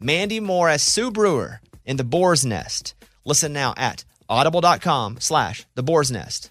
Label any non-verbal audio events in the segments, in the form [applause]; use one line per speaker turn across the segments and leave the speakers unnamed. Mandy Moore as Sue Brewer in The Boar's Nest. Listen now at audible.com slash The Boar's Nest.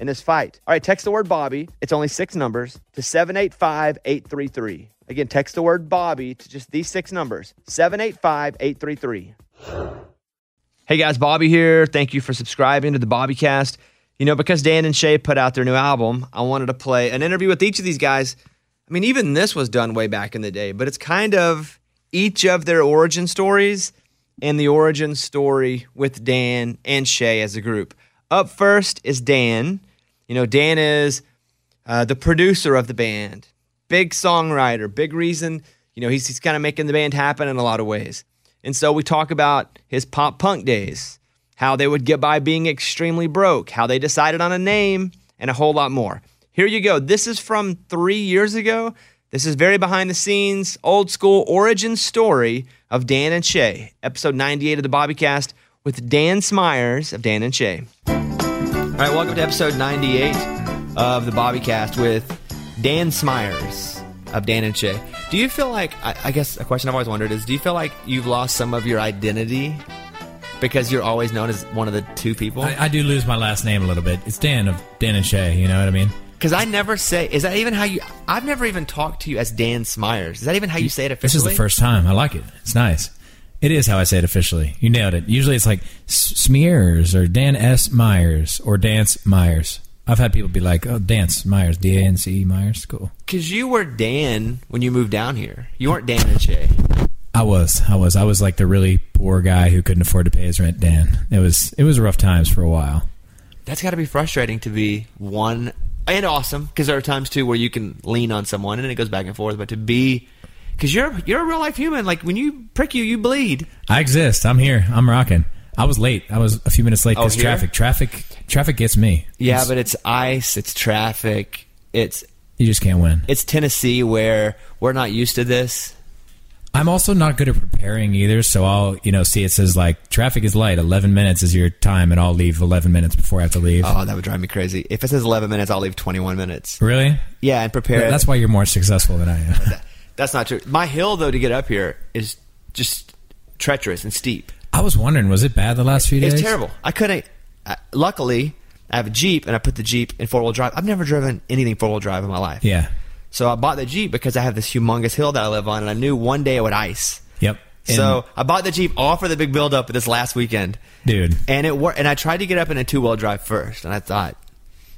in this fight. All right, text the word Bobby. It's only six numbers to 785 833. Again, text the word Bobby to just these six numbers 785 833. Hey guys, Bobby here. Thank you for subscribing to the Bobbycast. You know, because Dan and Shay put out their new album, I wanted to play an interview with each of these guys. I mean, even this was done way back in the day, but it's kind of each of their origin stories and the origin story with Dan and Shay as a group. Up first is Dan. You know, Dan is uh, the producer of the band, big songwriter, big reason. You know, he's, he's kind of making the band happen in a lot of ways. And so we talk about his pop punk days, how they would get by being extremely broke, how they decided on a name, and a whole lot more. Here you go. This is from three years ago. This is very behind the scenes, old school origin story of Dan and Shay, episode 98 of the Bobbycast with Dan Smyers of Dan and Shay. All right, welcome to episode 98 of the Bobbycast with Dan Smyers of Dan and Shay. Do you feel like, I, I guess a question I've always wondered is, do you feel like you've lost some of your identity because you're always known as one of the two people?
I, I do lose my last name a little bit. It's Dan of Dan and Shay. You know what I mean?
Because I never say, is that even how you, I've never even talked to you as Dan Smyers. Is that even how you say it
This
officially?
is the first time. I like it. It's nice. It is how I say it officially. You nailed it. Usually it's like S- Smears or Dan S. Myers or Dance Myers. I've had people be like, "Oh, Dance Myers, D A N C E Myers." Cool.
Because you were Dan when you moved down here. You weren't Dan and Shay.
I was, I was, I was like the really poor guy who couldn't afford to pay his rent. Dan. It was, it was rough times for a while.
That's got to be frustrating to be one and awesome. Because there are times too where you can lean on someone and it goes back and forth. But to be, because you're you're a real life human. Like when you prick you, you bleed.
I exist. I'm here. I'm rocking. I was late. I was a few minutes late
Oh,
because
here?
traffic. Traffic. Traffic gets me.
Yeah,
It's-
but it's ice. It's traffic. It's
you just can't win.
it's Tennessee where we're not used to this.
I'm also not good at preparing either, so I'll you know see it says like traffic is light. Eleven minutes is your time, and I'll leave eleven minutes before I have to leave.
Oh, that would drive me crazy. If it says 11 minutes, I'll leave 21 minutes.
really?
Yeah, and prepare. it.
That's why you're more successful than I am.
that's not true. My hill though to get up here is just treacherous and steep.
I was wondering, was it bad the last few days?
It's terrible. I couldn't. I, luckily, I have a Jeep, and I put the Jeep in four wheel drive. I've never driven anything four wheel drive in my life.
Yeah.
So I bought the Jeep because I have this humongous hill that I live on, and I knew one day it would ice.
Yep. And-
so I bought the Jeep all for the big build up this last weekend,
Dude.
And it worked. And I tried to get up in a two wheel drive first, and I thought.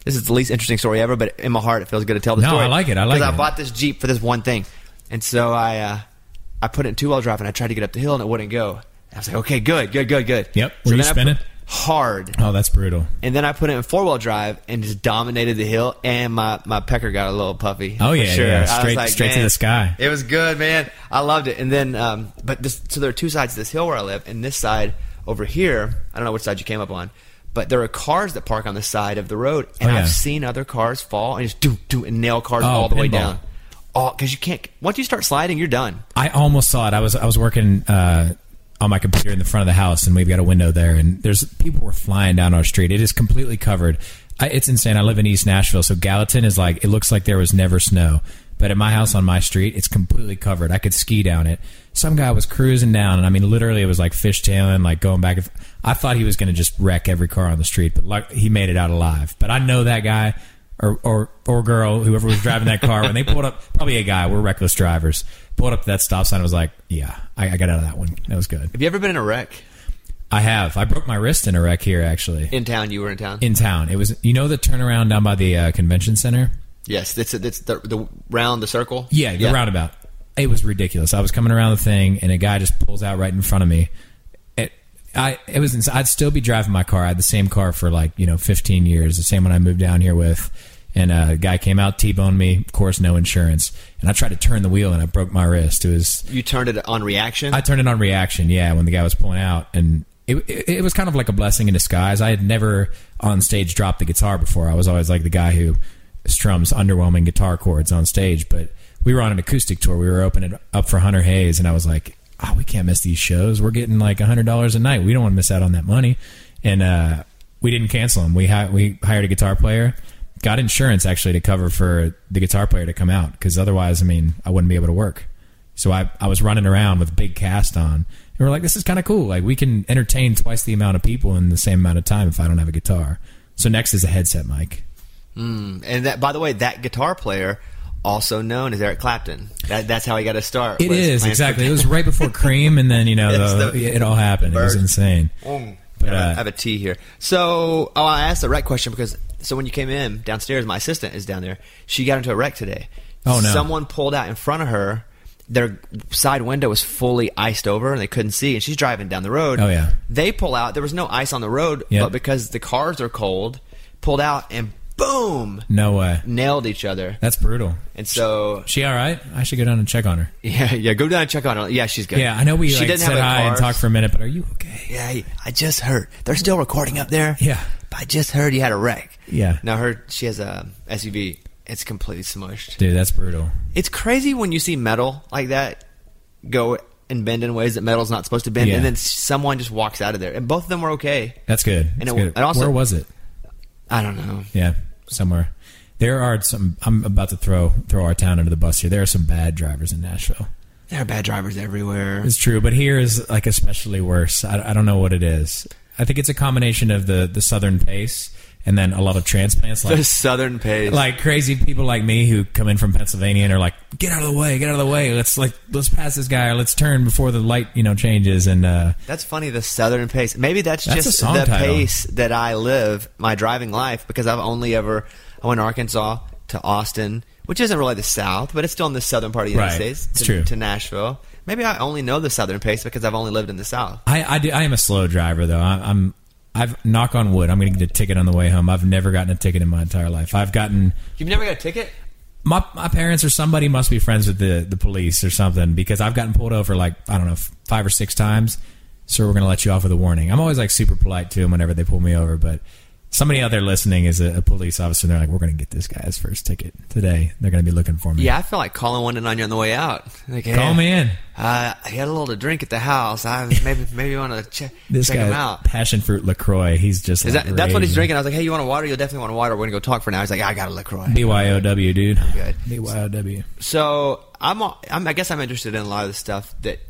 This is the least interesting story ever, but in my heart, it feels good to tell the
No,
story.
I like it. I like
Because I
it.
bought this Jeep for this one thing, and so I, uh, I put it in two wheel drive, and I tried to get up the hill, and it wouldn't go. I was like, okay, good, good, good, good.
Yep.
So
Were you
then I put-
spinning?
hard.
oh, that's brutal.
And then I put it in four wheel drive and just dominated the hill, and my, my pecker got a little puffy.
Oh,
for
yeah,
sure.
yeah.
I was
Straight-
like,
straight to
man,
the sky.
It was good, man. I loved it. And then, um, but this, so there are two sides to this hill where I live, and this side over here. I don't know which side you came up on, but there are cars that park on the side of the road, and
Oh, yeah.
I've seen other cars fall and just do do and nail cars
Oh,
all the way
pinball.
down. Oh, because you can't. Once you start sliding, you're done.
I almost saw it. I was I was working uh, on my computer in the front of the house, and we've got a window there, and there's people were flying down our street. It is completely covered. I, it's insane. I live in East Nashville, so Gallatin is like it looks like there was never snow. But at my house on my street, it's completely covered. I could ski down it. Some guy was cruising down, and I mean, literally, it was like fishtailing, like going back. And f- I thought he was going to just wreck every car on the street, but luck he made it out alive. But I know that guy or or or girl, whoever was driving that car, when they pulled up, probably a guy. We're reckless drivers. Pulled up to that stop sign. and was like, yeah, I, I got out of that one. That was good.
Have you ever been in a wreck
I have. I broke my wrist in a wreck here, actually,
in town? You were in town.
in town. It was you know the turnaround down by the uh, convention center.
yes, that's that's the, the round, the circle.
Yeah, the roundabout. It was ridiculous. I was coming around the thing, and a guy just pulls out right in front of me. It, I, it was. Ins- I'd still be driving my car. I had the same car for like you know 15 years. The same one I moved down here with. And uh, a guy came out, t-boned me. Of course, no insurance. And I tried to turn the wheel, and I broke my wrist. It was
You turned it on reaction.
I turned it on reaction, yeah, when the guy was pulling out, and it, it, it was kind of like a blessing in disguise. I had never on stage dropped the guitar before. I was always like the guy who strums underwhelming guitar chords on stage. But we were on an acoustic tour. We were opening up for Hunter Hayes, and I was like, "Oh, we can't miss these shows. We're getting like hundred dollars a night. We don't want to miss out on that money." And uh, we didn't cancel them. We hi- we hired a guitar player. Got insurance actually to cover for the guitar player to come out because otherwise, I mean, I wouldn't be able to work. So I, I was running around with a big cast on. And we're like, this is kind of cool. Like, we can entertain twice the amount of people in the same amount of time if I don't have a guitar. So next is a headset mic.
and that, by the way, that guitar player, also known as Eric Clapton. That, that's how he got his start.
It
was
is,
playing-
exactly. It was
[laughs]
right before Cream, and then, you
That's
know, the,
the-
it all happened. It was
Bird.
insane. But,
I, have, I
uh,
have a tea here. So, oh, I asked the wreck question because so when you came in downstairs, my assistant is down there. She got into a wreck today.
Oh, no.
Someone pulled out in front of her. Their side window was fully iced over, and they couldn't see. And she's driving down the road.
Oh, yeah.
They pull out. There was no ice on the road,
Yeah.
but because the cars are cold, pulled out and boom,
no way.
nailed each other.
That's brutal.
And so,
She all right? I should go down and check on her.
yeah, yeah. Go down and check on her. Yeah, she's good.
Yeah, I know we
she
like,
didn't
said
have a
hi and
car.
talked for a minute, but are you okay?
Yeah, I- I just heard they're still recording up there.
Yeah.
but I just heard you had a wreck.
Yeah.
Now her, she has a SUV. It's completely smushed.
Dude, that's brutal.
It's crazy when you see metal like that go and bend in ways that metal's not supposed to bend,
Yeah.
and then someone just walks out of there, and both of them were okay.
That's good. That's
it-
good.
and also-
Where was it?
I don't know.
Yeah, somewhere. There are some. I'm about to throw throw our town under the bus here. There are some bad drivers in Nashville.
There are bad drivers everywhere.
It's true, but here is like especially worse. I, I don't know what it is. I think it's a combination of the the southern pace and then a lot of transplants
The
like
Southern Pace.
[laughs] like crazy people like me who come in from Pennsylvania and are like, get out of the way, get out of the way. Let's like let's pass this guy or let's turn before the light you know changes. And uh,
That's funny, the Southern pace. Maybe that's,
That's a
just
song
the
title.
pace that I live my driving life because I've only ever I went to Arkansas to Austin, which isn't really the South, but it's still in the southern part of the United
Right.
States.
It's
to,
true.
to Nashville. Maybe I only know the Southern pace because I've only lived in the South.
I I, do, I am a slow driver though. I, I'm I've knock on wood. I'm going to get a ticket on the way home. I've never gotten a ticket in my entire life. I've gotten
You've never got a ticket?
my my parents or somebody must be friends with the the police or something because I've gotten pulled over like I don't know f- five or six times. Sir, we're gonna let you off with a warning. I'm always like super polite to them whenever they pull me over, but somebody out there listening is a, a police officer and they're like, we're gonna get this guy his first ticket today. They're gonna be looking for me.
Yeah, I feel like calling one in on you on the way out. Like, hey,
call me in.
Uh, I had a little to drink at the house. I maybe [laughs] maybe you want to check
This
check
guy,
him out.
passion fruit Lacroix. He's just
Is
like,
that, that's what he's
raging.
drinking. I was like, hey, you want a water? You'll definitely want a water. We're gonna go talk for now. He's like, I got a Lacroix.
BYOW, dude.
good.
BYOW.
So I'm, I'm I guess I'm interested in a lot of the stuff that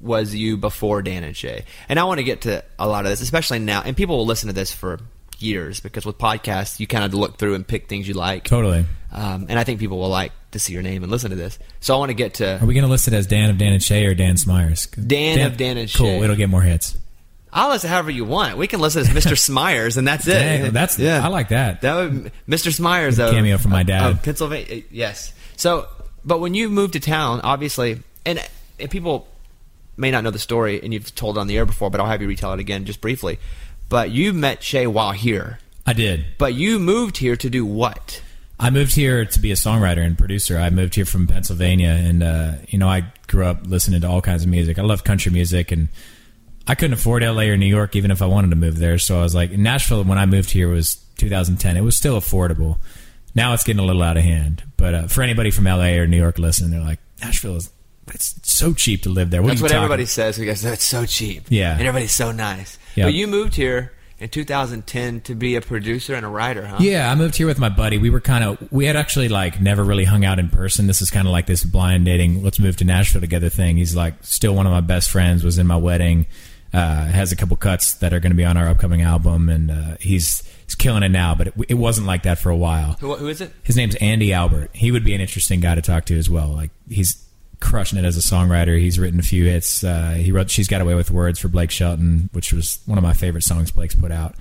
was you before Dan and Shay, and I want to get to a lot of this, especially now. And people will listen to this for years because with podcasts you kind of look through and pick things you like.
Totally.
Um, and I think people will like to see your name and listen to this. So I want to get to.
Are we gonna list it as Dan of Dan and Shay or Dan Smyers?
Dan of Dan and
Cool.
Shay.
It'll get more hits.
I'll listen however you want. We can listen as
[laughs]
Mr. Smyers, and that's it.
Dang, that's yeah. I like that.
That would Mr. Smyers of
cameo from my dad.
of Pennsylvania. uh, Yes. So, but when you moved to town, obviously, and, and people may not know the story, and you've told it on the air before, but I'll have you retell it again just briefly. But you met Shay while here,
I did.
but you moved here to do what?
I moved here to be a songwriter and producer. I moved here from Pennsylvania, and uh, you know, I grew up listening to all kinds of music. I love country music, and I couldn't afford LA or New York, even if I wanted to move there. So I was like, Nashville. When I moved here was 2010. It was still affordable. Now it's getting a little out of hand. But uh, for anybody from LA or New York listening, they're like, Nashville is It's so cheap to live there. What
That's
are you
what
talking-
everybody says. Because that's so cheap.
Yeah.
and everybody's so nice.
Yeah.
But you moved here in 2010 to be a producer and a writer, huh?
Yeah, I moved here with my buddy. We were kind of we had actually like never really hung out in person. This is kind of like this blind dating. Let's move to Nashville together thing. He's like still one of my best friends. Was in my wedding. Uh, has a couple cuts that are going to be on our upcoming album, and uh, he's he's killing it now. But it, it wasn't like that for a while.
Who, who is it?
His name's Andy Albert. He would be an interesting guy to talk to as well. Like he's crushing it as a songwriter. He's written a few hits. Uh, he wrote "She's Got Away with Words" for Blake Shelton, which was one of my favorite songs Blake's put out.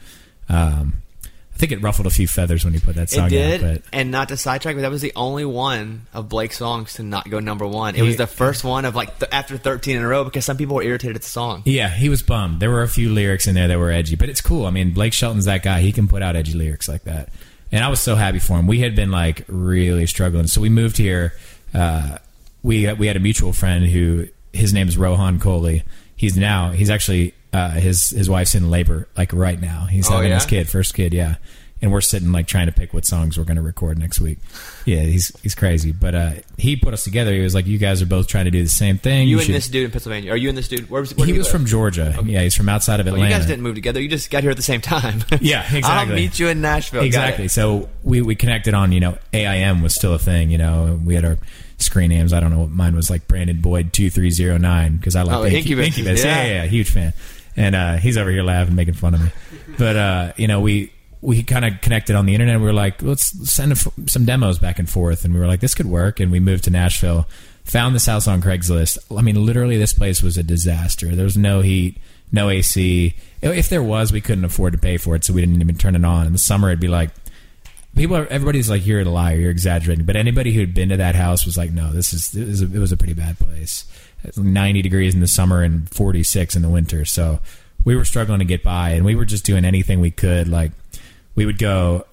Um, I think it ruffled a few feathers when he put that song
It did,
out.
and not to sidetrack, but that was the only one of Blake's songs to not go number one. It was
He-
the first one of like th- after 13 in a row because some people were irritated at the song.
But yeah, he was bummed. There were a few lyrics in there that were edgy, but it's cool. I mean, Blake Shelton's that guy. He can put out edgy lyrics like that. And I was so happy for him. We had been like really struggling, so we moved here. Uh, we we had a mutual friend who his name is Rohan Coley. He's now he's actually uh, his his wife's in labor like right now. He's
Oh,
having his
yeah?
kid, first kid, yeah. And we're sitting like trying to pick what songs we're going to record next week. Yeah, he's he's crazy, but uh, he put us together. He was like, "You guys are both trying to do the same thing."
You, and
should-
this dude in Pennsylvania. Are you and this dude? Where was, where
he
did
was
live?
from Georgia. Yeah, he's from outside of
Well,
Atlanta.
you guys didn't move together. You just got here at the same time.
[laughs] Yeah,
[laughs] I'll
exactly.
meet you in Nashville. Got it.
Exactly. So we, we connected on, you know, AIM was still a thing, you know. We had our screen names. I don't know what mine was like Brandon Boyd 2309 because I like
Oh,
Incu-
Incubus.
Yeah.
Yeah.
yeah, yeah, huge fan. And uh, he's over here laughing, making fun of me. But, uh, you know, we we kind of connected on the internet. We were like, let's send a f- some demos back and forth. And we were like, this could work. And we moved to Nashville, found this house on Craigslist. I mean, literally, this place was a disaster. There was no heat no AC. If there was, we couldn't afford to pay for it, so we didn't even turn it on. In the summer, it'd be like people. Are, everybody's like, "You're a liar. You're exaggerating." But anybody who'd been to that house was like, "No, this is, this is it was a pretty bad place. It's 90 degrees in the summer and 46 in the winter." So we were struggling to get by, and we were just doing anything we could. Like we would go.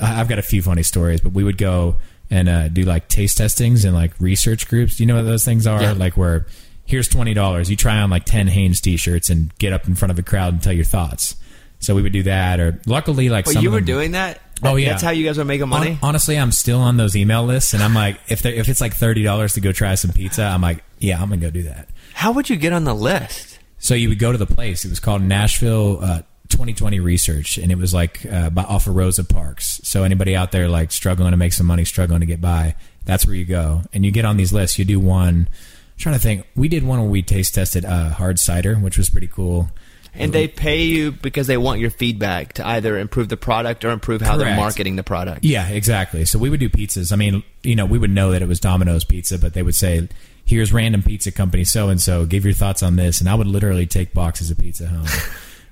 I- I've got a few funny stories, but we would go and uh, do like taste testings and like research groups. Do you know what those things are?
Yeah.
Like where here's twenty dollars. You try on like ten Hanes t-shirts and get up in front of a crowd and tell your thoughts. So we would do that, or luckily, like
Well,
some
you
of
were
them-
doing that.
Oh, yeah. Uh,
That's how you guys were making money.
Hon- honestly, I'm still on those email lists, and I'm like, if there, if it's like thirty dollars to go try some pizza, I'm like, yeah, I'm gonna go do that.
how would you get on the list?
So you would go to the place. It was called Nashville uh, 2020 Research, and it was like uh, by, off of Rosa Parks. So anybody out there like struggling to make some money, struggling to get by, that's where you go, and you get on these lists. You do one. I'm trying to think, we did one where we taste tested uh, hard cider, which was pretty cool.
And they pay you because they want your feedback to either improve the product or improve how they're
Correct.
marketing the product.
Yeah, exactly. So we would do pizzas. I mean, you know, we would know that it was Domino's pizza, but they would say, "Here's random pizza company so and so. Give your thoughts on this." And I would literally take boxes of
[laughs]
pizza home.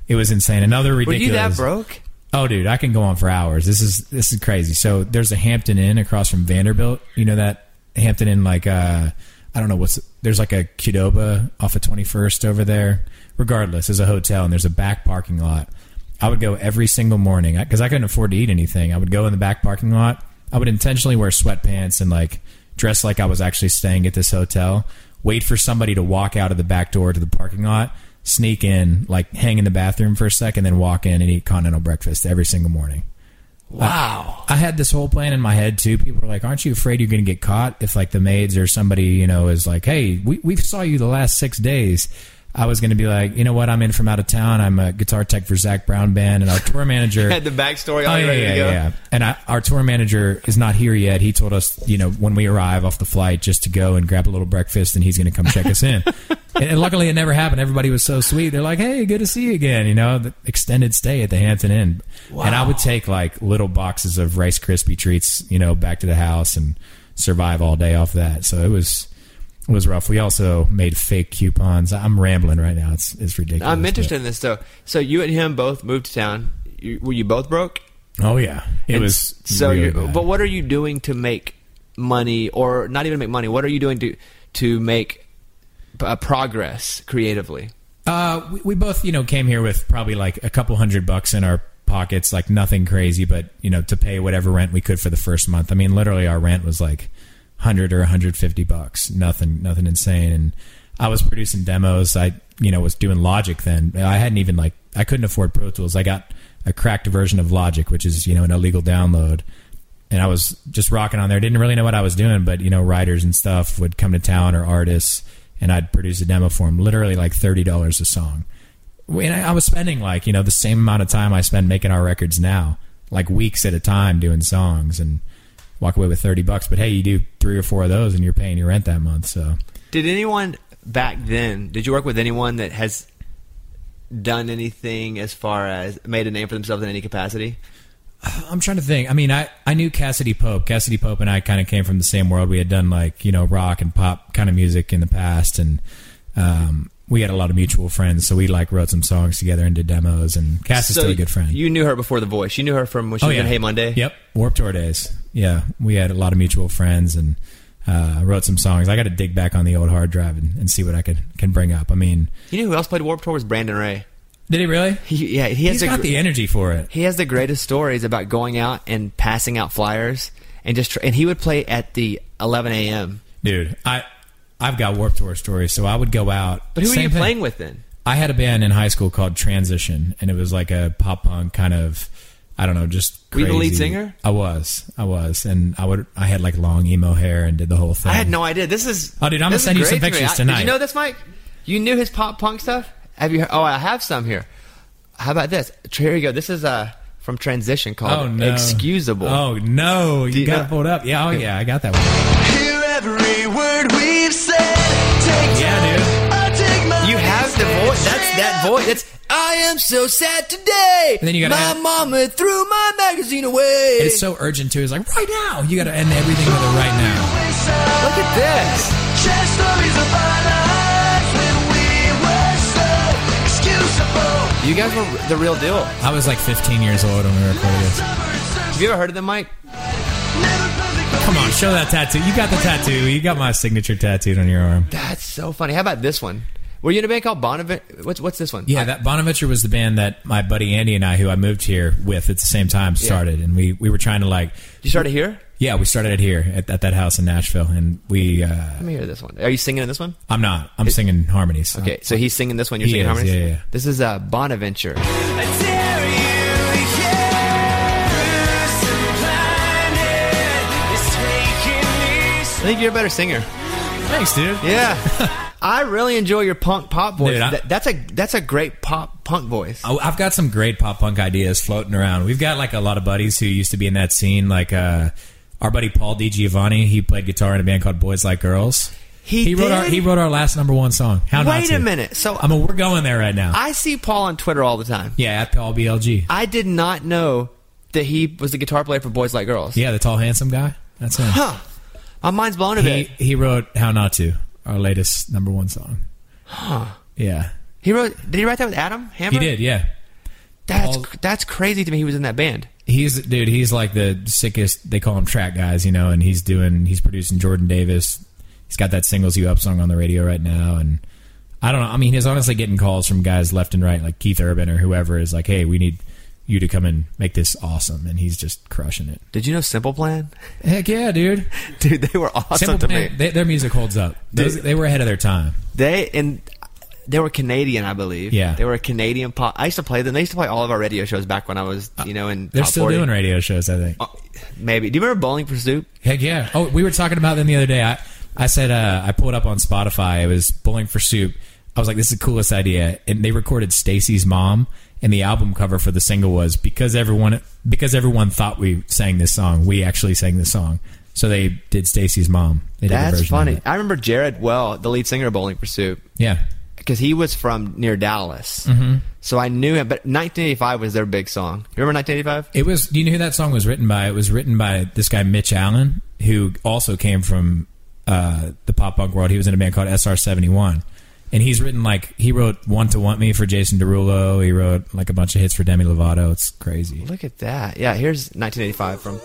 it was insane. Another
Were
ridiculous.
you that broke? [laughs]
Oh, dude, I can go on for hours. This is this is crazy. So there's a Hampton Inn across from Vanderbilt. You know that Hampton Inn, like uh, I don't know what's there's like a Qdoba off of 21st over there. Regardless, there's a hotel and there's a back parking lot. I would go every single morning because I couldn't afford to eat anything. I would go in the back parking lot. I would intentionally wear sweatpants and like dress like I was actually staying at this hotel, wait for somebody to walk out of the back door to the parking lot, sneak in, like hang in the bathroom for a second, then walk in and eat continental breakfast every single morning.
Wow.
I had this whole plan in my head too. People were like, "Aren't you afraid you're going to get caught if like the maids or somebody you know is like, hey, we we saw you the last six days." I was going to be like, you know what? I'm in from out of town. I'm a guitar tech for Zach Brown Band, and our tour manager
Had the backstory all
Oh,
ready to go.
And I, our tour manager is not here yet. He told us, you know, when we arrive off the flight, just to go and grab a little breakfast, and he's going to come check us
[laughs]
in. and, and luckily, it never happened. Everybody was so sweet. They're like, "Hey, good to see you again." You know, the extended stay at the Hampton Inn. And I would take like little boxes of Rice Krispie treats, you know, back to the house and survive all day off that. So it was. It was rough. We also made fake coupons. I'm rambling right now. It's it's ridiculous.
I'm
but-
interested in this though. So you and him both moved to town. You, were you both broke?
Oh yeah, it
And
was
s- so.
really
you
bad.
but what are you doing to make money, or not even make money? What are you doing to to make uh, progress creatively?
Uh, we, we both, you know, came here with probably like a couple hundred bucks in our pockets, like nothing crazy, but you know, to pay whatever rent we could for the first month. I mean, literally, our rent was like hundred or hundred fifty bucks. Nothing, nothing insane. And I was producing demos. I, you know, was doing Logic then. I hadn't even like I couldn't afford Pro Tools. I got a cracked version of Logic, which is you know an illegal download and I was just rocking on there. Didn't really know what I was doing, but you know, writers and stuff would come to town or artists, and I'd produce a demo for them. Literally like thirty dollars a song. And I, I was spending like you know the same amount of time I spend making our records now, like weeks at a time doing songs and walk away with thirty bucks. But hey, you do three or four of those, and you're paying your rent that month. So
Did anyone back then? Did you work with anyone that has done anything as far as made a name for themselves in any capacity?
I'm trying to think. I mean, I, I knew Cassidy Pope. Cassidy Pope and I kind of came from the same world. We had done like you know rock and pop kind of music in the past, and um, we had a lot of mutual friends. So we like wrote some songs together and did demos. And Cass is
So
still a good friend. Oh,
You knew her before The Voice. You knew her from when she was in Hey Monday.
Yep, Warp Tour days. Yeah, we had a lot of mutual friends and uh, wrote some songs. I got to dig back on the old hard drive and, and see what I could can bring up. I mean,
You know who else played Warped Tour was Brandon Ray.
did he really?
He, yeah, he has
He's
the,
got
gr-
the energy for it.
He has the greatest stories about going out and passing out flyers and just tr- and he would play at the 11 a.m.
dude i i've got warp tour stories so i would go out
But who
Same
were you
thing.
playing with then?
i had a band in high school called transition and it was like a pop punk kind of i don't know just
Were you
crazy.
the lead singer?
i was i was and i would i had like long emo hair and did the whole thing
I had no idea. This is
Oh, dude, I'm gonna
this is
send you
great
some
to me.
pictures
I- Did
tonight.
you know this, Mike? You knew his pop punk stuff. Have you? Heard, oh, I have some here. How about this? Here you go. This is uh from Transition called
oh no
"Excusable."
oh no you
you
got
know-
pulled up yeah oh yeah i got that one
Hear every word we've said. Take
Yeah,
time. I take my
You have the
mistake
voice. That's that voice. That's I am so sad today.
And then you
my
gotta add-
mama threw my magazine away.
it's so urgent too it's like right now you gotta end everything with it right now
straight.
Look at this.
Share stories of our lives when we were so excusable.
You guys were the real deal.
i was like 15 years old when we recorded this
Have you ever heard of them, Mike?
come on show that tattoo you got the tattoo you got my signature tattooed on your arm
That's so funny. How about this one? Were you in a band called Bonavent? What's what's this one?
Yeah, that Bonaventure was the band that my buddy Andy and I, who I moved here with at the same time, started, and we we were trying to like,
you started here.
yeah, we started it here at, at that house in Nashville, and we, uh,
Let me hear this one. Are you singing in this one?
I'm not, I'm singing harmonies.
Okay, so he's singing this one. You're
He
singing
is,
harmonies.
yeah, yeah.
This is uh, Bonaventure.
I dare you, yeah. Bruised and blinded is taking me
I think you're a better singer.
thanks, dude. [laughs]
Yeah, I really enjoy your punk pop voice.
Dude, I- Uh,
That- that's a that's a great pop punk voice.
I- I've got some great pop punk ideas floating around. We've got like a lot of buddies who used to be in that scene, like uh, our buddy Paul Di Giovanni. He played guitar in a band called Boys Like Girls.
He
wrote our
did?
he wrote Um, our last number one song. How not
Wait
to.
a minute. So
I
i
mean, we're going there right now.
see Paul on Twitter all the time.
yeah, at Paul BLG.
I did not know that he was the guitar player for Boys Like Girls.
Yeah, the tall handsome guy. That's him.
Huh. My mind's blown a
he
bit.
he wrote "How Not to," our latest number one song. Yeah,
He wrote. Did he write that with Adam Hammer?
he did. Yeah,
That's
Paul-
that's crazy to me. He was in that band.
he's dude. He's like the sickest. They call him track guys, you know. And he's doing. He's producing Jordan Davis. He's got that "Singles You Up" song on the radio right now, and I don't know. I mean, he's honestly getting calls from guys left and right, like Keith Urban or whoever, is like, "Hey, we need you to come and make this awesome," and he's just crushing it.
Did you know Simple Plan?
Heck yeah, dude!
[laughs] Dude, they were awesome
Simple
to
Plan,
me.
they, their music holds up. Those-
Dude.
they were ahead of their time.
They and they were Canadian, I believe.
Yeah.
they were a Canadian pop. I used to play them. They used to play all of our radio shows back when I was, you know, in
They're
top
still
40.
doing radio shows, I think.
Uh, Maybe. Do you remember Bowling for Soup?
Heck yeah! Oh, we were talking about them the other day. I I said uh, I pulled up on Spotify. It was Bowling for Soup. I was like, "This is the coolest idea!" And they recorded Stacy's mom, and the album cover for the single was because everyone because everyone thought we sang this song. We actually sang this song, so they did Stacy's mom. They did a
That's
version of
funny.
it.
I remember Jared Well, the lead singer of Bowling for Soup,
Yeah,
because he was from near Dallas. Mm-hmm. So I knew him. But 1985 was their big song. You remember 1985?
it was. Do you know who that song was written by? It was written by this guy Mitch Allen, who also came from uh, the pop punk world. He was in a band called SR Seventy One, and he's written like he wrote "Want to Want Me" for Jason Derulo. He wrote like a bunch of hits for Demi Lovato. It's crazy.
Look at that. Yeah, here's 1985 from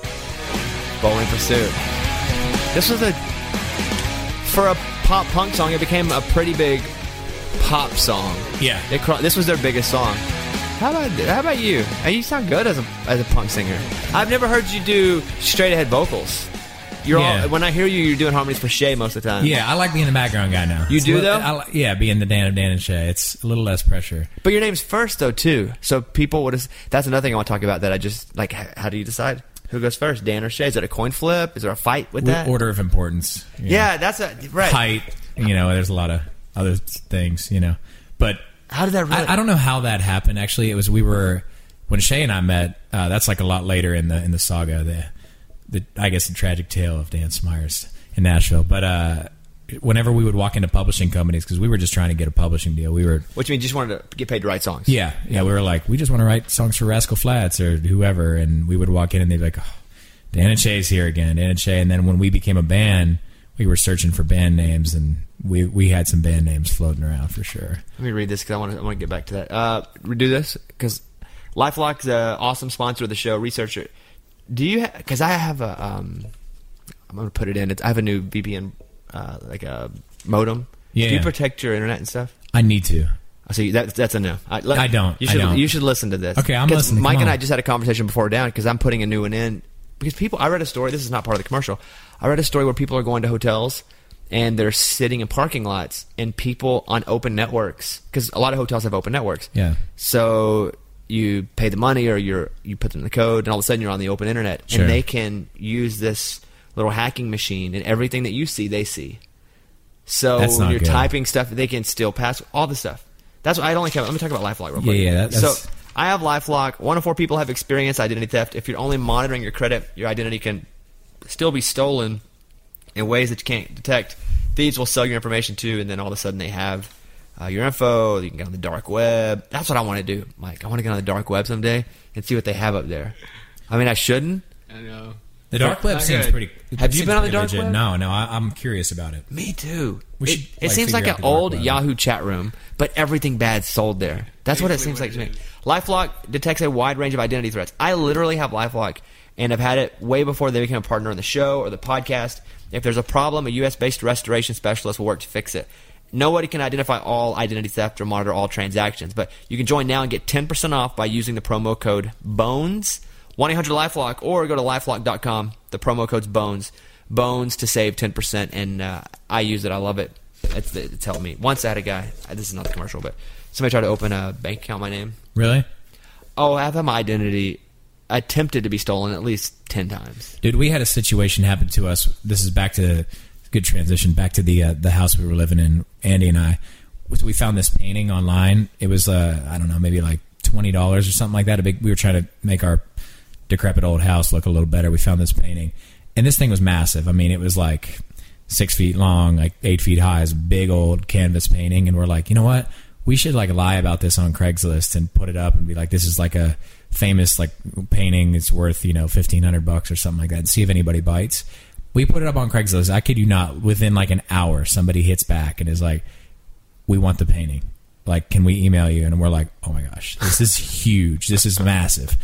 Bowling for Soup. This was a for a pop punk song. It became a pretty big pop song.
Yeah.
It cro- this was their biggest song. How about how about you? Hey, You sound good as a as a punk singer. I've never heard you do straight ahead vocals. You're
Yeah.
all when I hear you, you're doing harmonies for Shay most of the time.
Yeah, I like being the background guy now.
You
It's a
do,
little-
though?
I li- yeah, being the Dan of Dan and Shay. It's a little less pressure.
But your name's first though too, so people would. That's another thing I want to talk about. That I just like. h- How do you decide? Who goes first, Dan or Shay? Is it a coin flip? Is there a fight with
We-
that?
order of importance. you know.
yeah, that's a right.
height. You know, there's a lot of other things. You know, but
How did that really?
I, I don't know how that happened. Actually, it was we were when Shay and I met. Uh, that's like a lot later in the in the saga. The, the I guess the tragic tale of Dan Smyers in Nashville. But uh, whenever we would walk into publishing companies, because we were just trying to get a publishing deal, we were
Which means you just wanted to get paid to write songs.
yeah, yeah. We were like, we just want to write songs for Rascal Flats or whoever, and we would walk in and they'd be like, oh, Dan and Shay's here again, Dan and Shay. And then when we became a band, we were searching for band names, and we we had some band names floating around for sure.
Let me read this because I want to I want to get back to that. Uh, we do this because LifeLock's an awesome sponsor of the show. Researcher, do you? Because I have a, um, I'm gonna put it in. It's, I have a new VPN, uh, like a modem.
Yeah.
Do you protect your internet and stuff?
I need to.
I see. That, that's a no. I, let-
I don't.
You
I
should.
don't.
You should listen to this.
Okay, I'm
'Cause
listening. Come
Mike and
on.
I just had a conversation before down because I'm putting a new one in because people. I read a story. This is not part of the commercial. I read a story where people are going to hotels and they're sitting in parking lots and people on open networks because a lot of hotels have open networks.
Yeah.
So you pay the money or you're you put in the code and all of a sudden you're on the open internet
Sure.
and they can use this little hacking machine and everything that you see they see. So
That's
when
not
you're
good.
typing stuff, they can still pass all the stuff. That's what I only care. Let me talk about LifeLock real
Yeah,
quick.
yeah, that- that's-
so I have LifeLock. One in four people have experienced identity theft. If you're only monitoring your credit, your identity can still be stolen in ways that you can't detect. Thieves will sell your information too, and then all of a sudden they have uh, your info. You can get on the dark web. That's what I want to do, Mike. I want to get on the dark web someday and see what they have up there. I mean, I shouldn't.
I know.
The dark web
Not
seems
good.
pretty. it
Have you
seems
been on the
pretty
dark web?
No, no. I, I'm curious about it.
Me too.
We
it
should,
it
like,
seems like
figure
an
out the dark
old
web.
Yahoo chat room, but everything bad sold there. That's what it
Basically
seems like to
what
me.
it
LifeLock detects a wide range of identity threats. I literally have LifeLock, and I've had it way before they became a partner on the show or the podcast. If there's a problem, a U.S.-based restoration specialist will work to fix it. Nobody can identify all identity theft or monitor all transactions, but you can join now and get 10% off by using the promo code BONES, 1-800-LifeLock, or go to lifelock.com. The promo code's BONES, BONES to save 10%, and uh, I use it. I love it. It's, it's helped me. Once I had a guy, this is not the commercial, but somebody tried to open a bank account in my name.
Really,
Oh, I've had my identity attempted to be stolen at least 10 times.
dude. We had a situation happen to us. This is back to good transition. Back to the uh, the house we were living in. Andy and I. We found this painting online. It was uh, I don't know, maybe like twenty dollars or something like that. A big. We were trying to make our decrepit old house look a little better. We found this painting, and this thing was massive. I mean, it was like six feet long, like eight feet high. It's a big old canvas painting, and we're like, you know what? We should like lie about this on Craigslist and put it up and be like, this is like a famous like painting. It's worth you know fifteen hundred bucks or something like that, and see if anybody bites. We put it up on Craigslist. I kid you not. Within like an hour, somebody hits back and is like, we want the painting. Like, can we email you? And we're like, oh my gosh, this is huge. This is massive.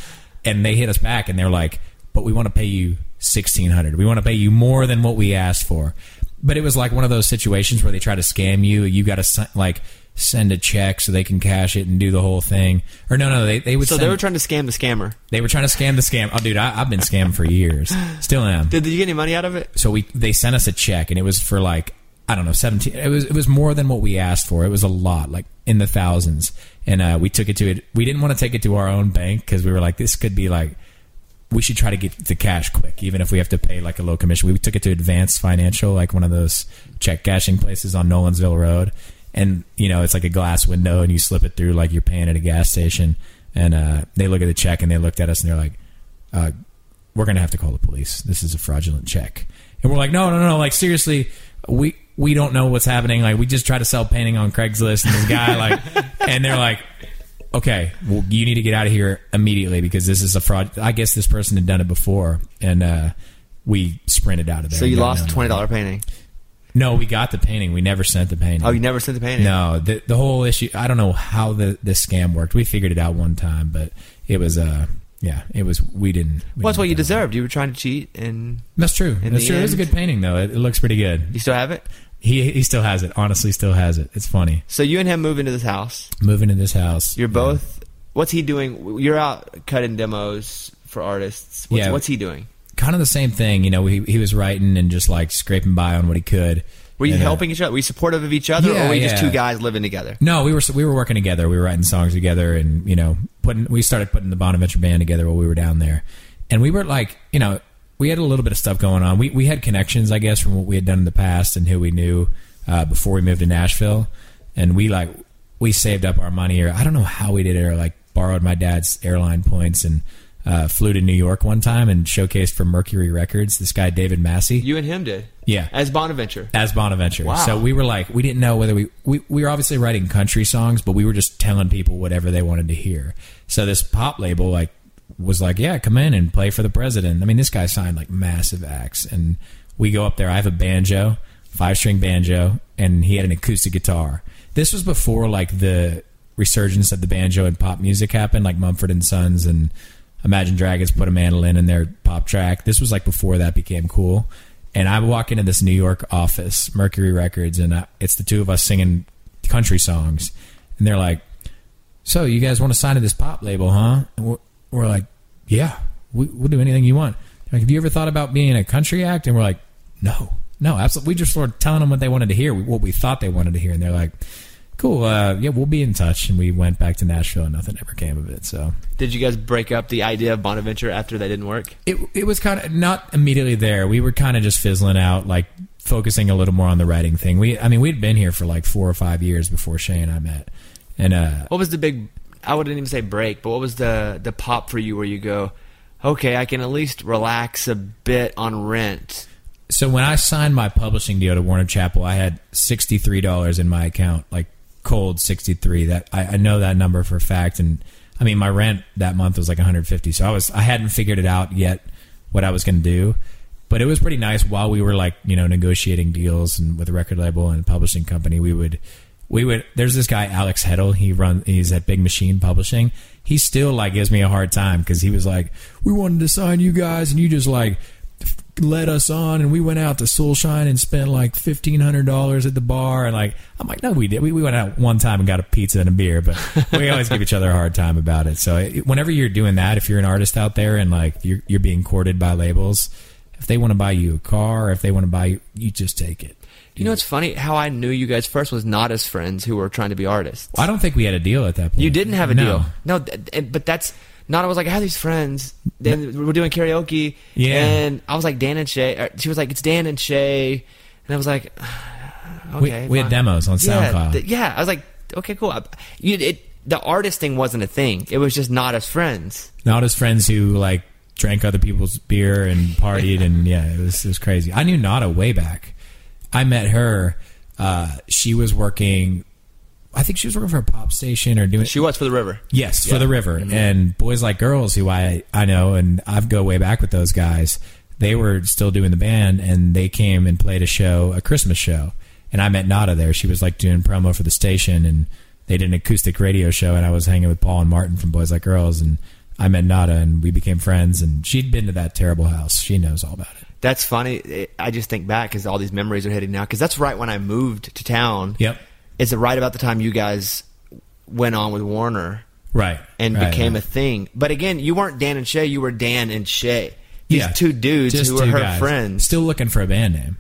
And they hit us back and they're like, but we want to pay you sixteen hundred. We want to pay you more than what we asked for. But it was like one of those situations where they try to scam you. You got to like send a check so they can cash it and do the whole thing. Or no, no, they they would.
So
send,
they were trying to scam the scammer.
they were trying to scam the scam. Oh, dude, I, I've been scammed for years. Still am
Did, did you get any money out of it?
so we they sent us a check and it was for like I don't know seventeen. It was it was more than what we asked for. It was a lot, like in the thousands. And uh, we took it to it. We didn't want to take it to our own bank because we were like, this could be like we should try to get the cash quick, even if we have to pay like a low commission. We took it to Advanced Financial, like one of those check cashing places on Nolansville Road, and you know it's like a glass window, and you slip it through like you're paying at a gas station. And uh, they look at the check, and they looked at us, and they're like, uh, "We're gonna have to call the police. This is a fraudulent check." And we're like, "No, no, no! Like seriously, we." We don't know what's happening. Like we just try to sell painting on Craigslist, and this guy like, and they're like, okay, well, you need to get out of here immediately because this is a fraud. I guess this person had done it before, and uh, we sprinted out of there.
So you
No,
lost
no,
a
no.
twenty dollar painting.
No, we got the painting. We never sent the painting.
Oh, you never sent the painting.
No, the the whole issue. I don't know how the this scam worked. We figured it out one time, but it was uh, yeah, it was. We didn't. We
Well, that's
didn't
what you
get that.
deserved. You were trying to cheat, and
That's true. That's
the
true. It was a
end.
good painting though. It, it looks pretty good.
you still have it.
He he still has it. Honestly, still has it. It's funny.
So you and him move into this house.
Moving to this house.
You're both. What's he doing? You're out cutting demos for artists. What's,
Yeah.
what's he doing?
kind of the same thing. You know, he, he was writing and just like scraping by on what he could.
Were you
And, uh,
helping each other? Were you supportive of each other,
Yeah,
or were you
yeah.
just two guys living together?
no, we were we were working together. We were writing songs together, and you know, putting we started putting the Bonaventure band together while we were down there. and we were like, you know, we had a little bit of stuff going on. We we had connections, I guess, from what we had done in the past and who we knew uh, before we moved to Nashville, and we like we saved up our money, or I don't know how we did it, or like borrowed my dad's airline points and. Uh, flew to New York one time and showcased for Mercury Records. This guy David Massey,
You and him did.
Yeah.
As Bonaventure.
as Bonaventure.
Wow.
So we were like, we didn't know whether we, we we were obviously writing country songs, but we were just telling people whatever they wanted to hear. So this pop label like was like, yeah, come in and play for the president. I mean, this guy signed like massive acts, and we go up there. I have a banjo, five string banjo, and he had an acoustic guitar. This was before like the resurgence of the banjo and pop music happened, like Mumford and Sons and Imagine Dragons put a mandolin in their pop track. This was like before that became cool. And I walk into this New York office, Mercury Records, and I, it's the two of us singing country songs. And they're like, so you guys want to sign to this pop label, huh? And we're, we're like, yeah, we, we'll do anything you want. They're like, have you ever thought about being a country act? And we're like, no, no, absolutely. We just were telling them what they wanted to hear, what we thought they wanted to hear, and they're like, cool, uh, yeah, we'll be in touch. And we went back to Nashville, and nothing ever came of it. So
Did you guys break up the idea of Bonaventure after that didn't work?
it it was kind of not immediately there. We were kind of just fizzling out, like focusing a little more on the writing thing. We, I mean, we'd been here for like four or five years before Shay and I met, and uh,
What was the big? I wouldn't even say break, but what was the the pop for you where you go, okay, I can at least relax a bit on rent.
so when I signed my publishing deal to Warner Chapel, I had sixty three dollars in my account, like cold sixty three. That I, I know that number for a fact, and I mean my rent that month was like one hundred fifty. So I was I hadn't figured it out yet what I was going to do, but it was pretty nice while we were like you know negotiating deals and with a record label and publishing company, we would we would there's this guy alex heddle he run he's at big machine publishing he still like gives me a hard time because he was like we wanted to sign you guys and you just like f- led us on and we went out to soulshine and spent like $1500 at the bar and like i'm like no we did we, we went out one time and got a pizza and a
[laughs]
beer but we always give each other a hard time about it so it, whenever you're doing that if you're an artist out there and like you're, you're being courted by labels if they want to buy you a car if they want to buy you you just take it
You know, it's funny how I knew you guys first was not as friends who were trying to be artists.
i don't think we had a deal at that point
You didn't have a
No.
deal. No, th- th- but that's not. I was like, I have these friends. Then we we're doing karaoke.
Yeah.
And I was like, Dan and Shay. or She was like, it's Dan and Shay. And I was like, [sighs] okay.
we, we had
fine.
demos on
Yeah,
SoundCloud.
th- yeah. I was like, okay, cool. I- You, it, the artist thing wasn't a thing. It was just not as friends.
Not as friends who like drank other people's beer and partied and yeah, it was it was crazy. I knew Nada way back. I met her. Uh, she was working. I think she was working for a pop station or doing.
She was for the river.
Yes, for the river. And boys like girls, who I I know, and I've go way back with those guys. They were still doing the band, and they came and played a show, a Christmas show. And I met Nada there. She was like doing promo for the station, and they did an acoustic radio show. And I was hanging with Paul and Martin from Boys Like Girls, and I met Nada, and we became friends. And she'd been to that terrible house. She knows all about it.
That's funny. It- I just think back because all these memories are hitting now. Because that's right when I moved to town.
Yep.
Is it right about the time you guys went on with Warner
Right.
and
right,
became
right.
a thing? But again, you weren't Dan and Shay. You were Dan and Shay. These two dudes
Just
who were
two
her
guys.
friends.
Still looking for a band name.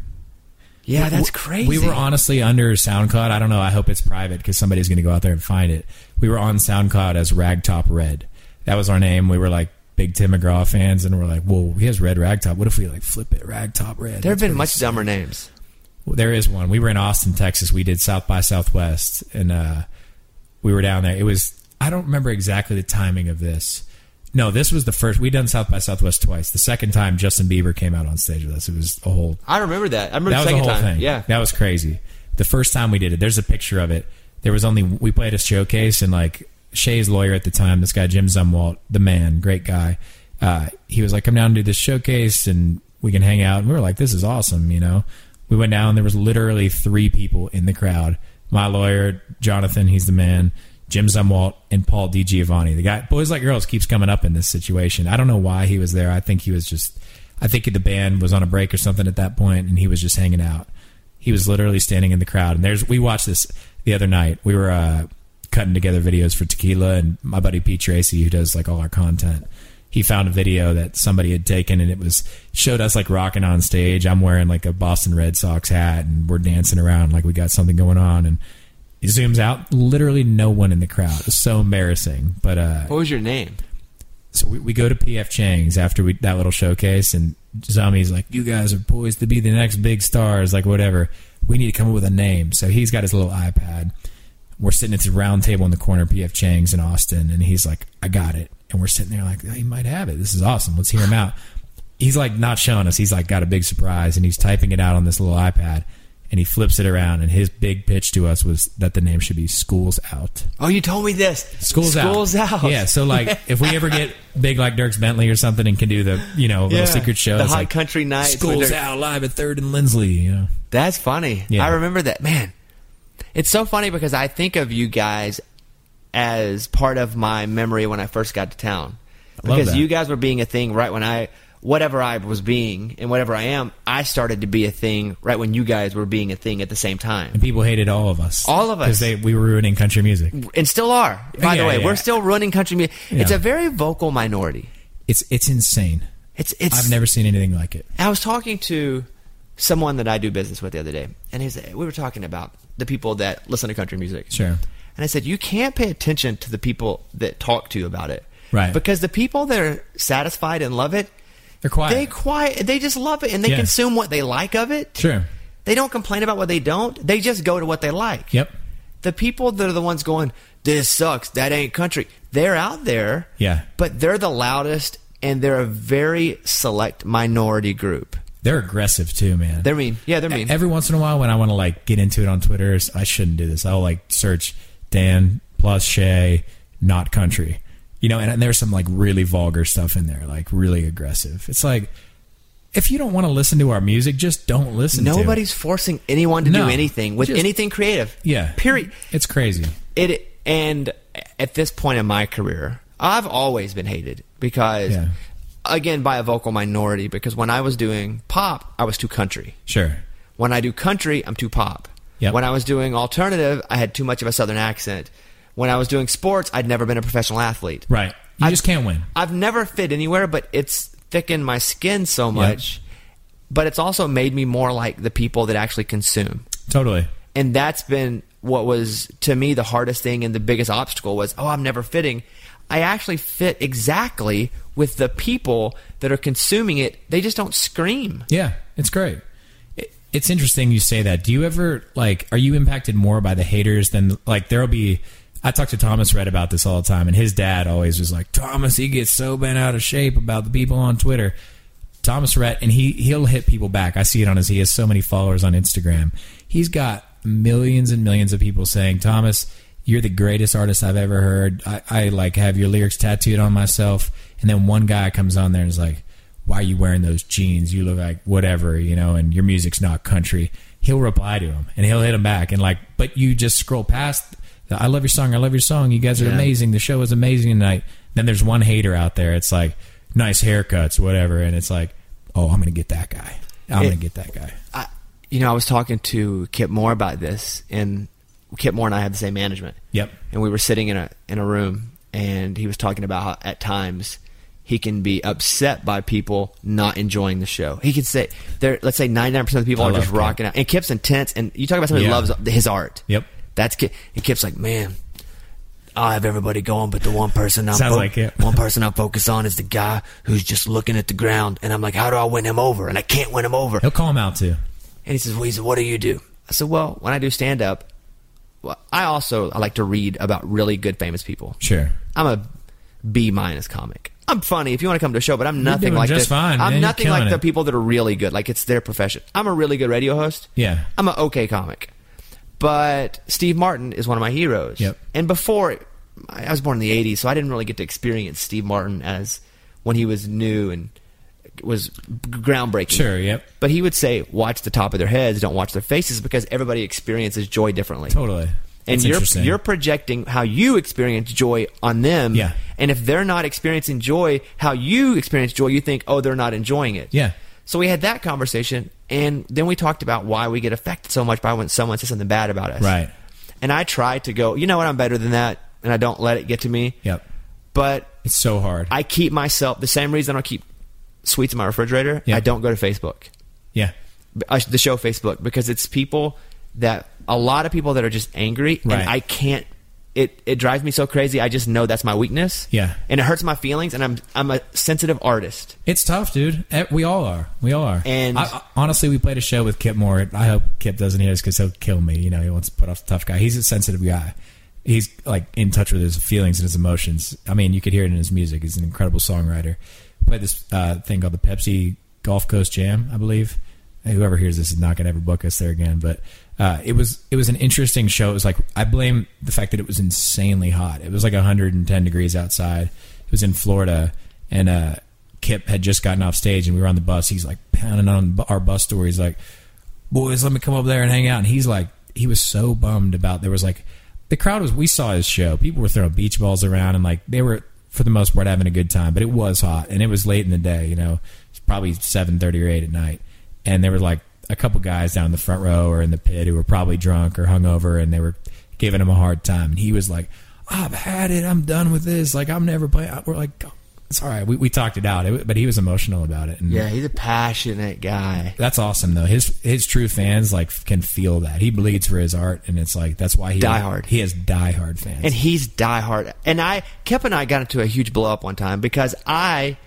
yeah, that's
W-
crazy.
We were honestly under SoundCloud. I don't know. I hope it's private because somebody's going to go out there and find it. We were on SoundCloud as Ragtop Red. That was our name. We were like big Tim McGraw fans, and we're like, "Whoa, he has Red Ragtop. What if we like flip it Ragtop Red?"
There have
That's
been
pretty
much dumber names.
well, there is one. We were in Austin, Texas. We did South by Southwest, and uh, we were down there. It was I don't remember exactly the timing of this. No, this was the first. We done South by Southwest twice. The second time, Justin Bieber came out on stage with us. It was a whole
I remember that. I remember
that
the
was the
second
whole
time.
thing.
Yeah.
that was crazy. The first time we did it, there's a picture of it. There was only we played a showcase, and like Shay's lawyer at the time, this guy Jim Zumwalt, the man, great guy. Uh, he was like, "Come down and do this showcase, and we can hang out." And we were like, "This is awesome," you know. We went down. There was literally three people in the crowd. My lawyer, Jonathan, he's the man. Jim Zumwalt and Paul D. Giovanni. The guy, Boys Like Girls, keeps coming up in this situation. I don't know why he was there. I think he was just, I think the band was on a break or something at that point, and he was just hanging out. He was literally standing in the crowd. And there's, we watched this the other night. We were uh, cutting together videos for Tequila, and my buddy Pete Tracy, who does like all our content, he found a video that somebody had taken, and it was showed us like rocking on stage. I'm wearing like a Boston Red Sox hat, and we're dancing around like we got something going on, and he zooms out literally no one in the crowd It was so embarrassing but uh
What was your name?
so we, we go to PF Chang's after we that little showcase, and Zami's like, "You guys are poised to be the next big stars, like whatever. We need to come up with a name." So he's got his little iPad. We're sitting at the round table in the corner, of PF Chang's in Austin, and he's like, "I got it." And we're sitting there like, "He might have it. This is awesome. Let's hear him out." He's like not showing us. He's like got a big surprise, and he's typing it out on this little iPad. And he flips it around, and his big pitch to us was that the name should be "Schools Out."
Oh, you told me this.
School's,
School's out.
Yeah,
[laughs]
so like if we ever get big like Dirks Bentley or something and can do the you know little
Yeah.
secret show,
The
it's
Hot
like,
Country Nights. with
School's
Dirk-
out live at Third and Lindsley. You know,
That's funny.
Yeah.
I remember that. Man, it's so funny because I think of you guys as part of my memory when I first got to town.
I love
Because
that.
you guys were being a thing right when I, whatever I was being and whatever I am, I started to be a thing right when you guys were being a thing at the same
and
time.
people hated all of us,
All of us.
because we were ruining country music.
And still are, by
Yeah,
the way.
yeah.
We're still running country music. It's
Yeah.
a very vocal minority.
It's it's insane.
It's, it's,
I've never seen anything like it.
I was talking to someone that I do business with the other day, and he's, we were talking about the people that listen to country music.
Sure.
And I said, you can't pay attention to the people that talk to you about it.
Right.
Because the people that are satisfied and love it,
They're quiet.
they quiet, they just love it and they
Yeah.
consume what they like of it.
Sure.
They don't complain about what they don't. They just go to what they like.
Yep.
The people that are the ones going, this sucks, that ain't country, they're out there.
Yeah.
But they're the loudest and they're a very select minority group.
They're aggressive too, man.
They're mean. Yeah, they're
E-
mean.
Every once in a while, when I want to like get into it on Twitter, s- I shouldn't do this. I'll like search Dan plus Shay, not country. You know, and, and there's some like really vulgar stuff in there, like really aggressive. It's like if you don't want to listen to our music, just don't listen. to it.
Nobody's forcing anyone to
No.
do anything with
Just-
anything creative.
yeah.
Period.
It's crazy.
It and at this point in my career, I've always been hated because
Yeah.
again by a vocal minority because when I was doing pop, I was too country.
Sure.
When I do country, I'm too pop.
Yep.
When I was doing alternative, I had too much of a southern accent. When I was doing sports, I'd never been a professional athlete.
Right. You just can't win.
I've never fit anywhere, but it's thickened my skin so much. But it's also made me more like the people that actually consume.
Totally.
And that's been what was to me the hardest thing and the biggest obstacle was, oh, I'm never fitting. I actually fit exactly with the people that are consuming it. They just don't scream.
Yeah, it's great. It, it's interesting you say that. Do you ever like? Are you impacted more by the haters than like? There'll be. I talk to Thomas Red about this all the time, and his dad always was like, "Thomas, he gets so bent out of shape about the people on Twitter." Thomas Rhett, and he he'll hit people back. I see it on his. He has so many followers on Instagram. He's got millions and millions of people saying, "Thomas, you're the greatest artist I've ever heard. I, I like have your lyrics tattooed on myself." And then one guy comes on there and is like, "Why are you wearing those jeans? You look like whatever, you know, and your music's not country." He'll reply to him and he'll hit him back and like, but you just scroll past. The, I love your song. I love your song. You guys are amazing. The show is amazing tonight. Then there's one hater out there. It's like nice haircuts, whatever, and it's like, oh, I'm gonna get that guy. I'm gonna get that guy.
I, you know, I was talking to Kip Moore about this, and Kip Moore and I have the same management.
Yep.
And we were sitting in a in a room, and he was talking about how at times he can be upset by people not enjoying the show. He could say, "There, let's say ninety nine percent of the people
I
are just
love Kip.
rocking out." And Kip's intense, and you talk about somebody who
Yeah.
loves his art.
Yep.
That's Kip. And Kip's like, man. I have everybody going, but the one person I'm
Sounds like Kip.
one person I focus on is the guy who's just looking at the ground, and I'm like, how do I win him over? And I can't win him over.
He'll call him out too.
And he says, well, he said, what do you do? I said, well, when I do stand up, well, I also I like to read about really good famous people.
Sure.
I'm a B minus comic. I'm funny if you want to come to a show, but I'm nothing
doing
like
just
this.
fine, man.
I'm
You're
nothing like
killing
the
it.
people that are really good. Like it's their profession. I'm a really good radio host.
Yeah.
I'm an okay comic. But Steve Martin is one of my heroes.
Yep.
And before I I was born in the 80s, so I didn't really get to experience Steve Martin as when he was new and was groundbreaking.
Sure. Yep.
But he would say, watch the top of their heads, don't watch their faces, because everybody experiences joy differently.
Totally.
And
That's
you're
interesting.
you're projecting how you experience joy on them.
Yeah.
And if they're not experiencing joy, how you experience joy, you think, oh, they're not enjoying it.
Yeah.
So we had that conversation, and then we talked about why we get affected so much by when someone says something bad about us.
Right.
And I try to go, you know what, I'm better than that, and I don't let it get to me.
Yep.
But
It's so hard.
I keep myself the same reason I don't keep sweets in my refrigerator.
Yeah.
I don't go to Facebook
yeah.
uh, the show Facebook because it's people that a lot of people that are just angry
Right.
and I can't it it drives me so crazy. I just know that's my weakness.
Yeah.
and it hurts my feelings. And I'm I'm a sensitive artist.
It's tough, dude. Eh, We all are. We all are.
And-
I, I- honestly, we played a show with Kip Moore. I hope Kip doesn't hear this because he'll kill me. You know, he wants to put off the tough guy. He's a sensitive guy. He's like in touch with his feelings and his emotions. I mean, you could hear it in his music. He's an incredible songwriter. Played this uh, thing called the Pepsi Gulf Coast Jam, I believe. Hey, Whoever hears this is not going to ever book us there again. But uh, it was it was an interesting show. It was like I blame the fact that it was insanely hot. It was like 110 degrees outside. It was in Florida, and uh, Kip had just gotten off stage and we were on the bus. He's like pounding on bu- our bus door. He's like, boys, let me come up there and hang out. And he's like, he was so bummed about there was like, the crowd was, we saw his show. People were throwing beach balls around and like they were, for the most part, having a good time, but it was hot and it was late in the day, you know, it's probably 7.30 or 8 at night. And there were like a couple guys down in the front row or in the pit who were probably drunk or hungover and they were giving him a hard time. And he was like, I've had it. I'm done with this. Like, I'm never playing. We're like, it's all right. We, we talked it out, it, wa- but he was emotional about it. And
Yeah, he's a passionate guy.
that's awesome though. His his true fans like can feel that he bleeds for his art, and it's like that's why he
Diehard.
He has diehard fans.
And he's diehard. And I, Kep and I got into a huge blow up one time because I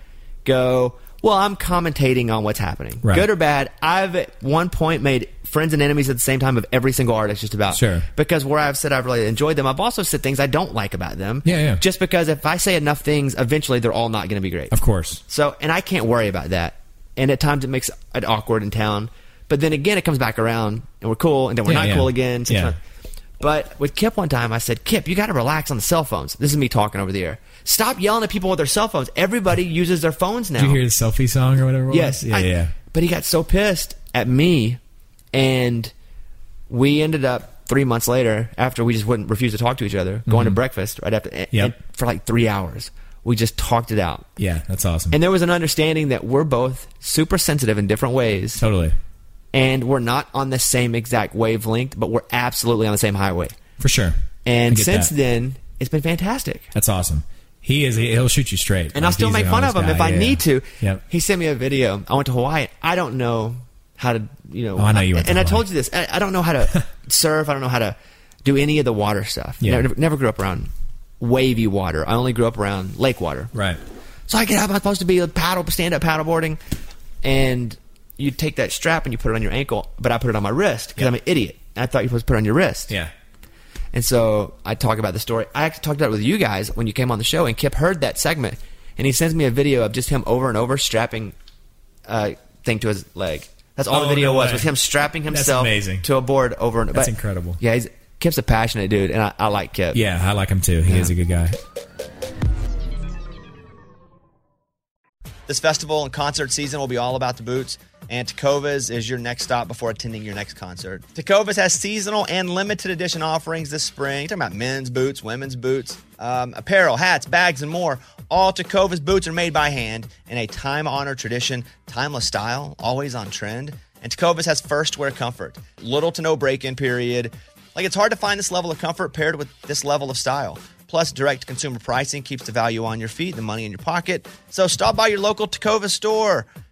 go, well, I'm commentating on what's happening,
Right.
good or bad. I've at one point made friends and enemies at the same time of every single artist, just about.
Sure.
Because where I've said I've really enjoyed them, I've also said things I don't like about them.
Yeah, yeah.
Just because if I say enough things, eventually they're all not going to be great.
of course,
So, and I can't worry about that. And at times it makes it awkward in town. But then again, it comes back around and we're cool and then we're
Yeah,
not
yeah.
cool again. six
Yeah.
months. But with Kip one time, I said, Kip, you got to relax on the cell phones. This is me talking over the air. Stop yelling at people with their cell phones. Everybody uses their phones now.
did you hear the selfie song or whatever? it was?
Yes.
yeah,
I-
yeah.
But he got so pissed at me, and we ended up three months later after we just wouldn't refuse to talk to each other, going to breakfast right after and-
Mm-hmm. Yep.
and for like three hours. We just talked it out,
yeah. That's awesome.
and there was an understanding that we're both super sensitive in different ways,
totally,
and we're not on the same exact wavelength, but we're absolutely on the same highway.
for sure. I
And
get
since
that.
then, it's been fantastic.
that's awesome. He is. He'll shoot you straight,
And I'll
Like,
still
he's
make
an
fun of
honest
him if
guy.
I
Yeah,
need
yeah.
to.
Yep.
He sent me a video. I went to Hawaii. I don't know how to, you know.
Oh, I know you went to
And I
Hawaii.
told you this. I, I don't know how
[laughs]
to surf. I don't know how to do any of the water stuff.
Yeah.
Never, never grew up around wavy water. I only grew up around lake water.
Right.
So I get up. I'm supposed to be a paddle, stand up paddleboarding, and you take that strap and you put it on your ankle. But I put it on my wrist because I'm an idiot. And I thought you were supposed to put it on your wrist.
Yeah.
And so I talk about the story. I actually talked about it with you guys when you came on the show, and Kip heard that segment, and he sends me a video of just him over and over strapping uh, thing to his leg. That's all
Oh,
the video
no
was
way.
was him strapping
That's
himself
amazing.
to a board over and over.
That's incredible.
Yeah, he's, Kip's a passionate dude, and I, I like Kip.
Yeah. I like him too. He is a good guy.
This festival and concert season will be all about the boots, and Takovas is your next stop before attending your next concert. Takovas has seasonal and limited edition offerings this spring. Talking about men's boots, women's boots, um, apparel, hats, bags, and more. All Takovas boots are made by hand in a time-honored tradition, timeless style, always on trend. And Takovas has first wear comfort, little to no break-in period. Like it's hard to find this level of comfort paired with this level of style. Plus, direct consumer pricing keeps the value on your feet, the money in your pocket. So stop by your local Tacova store,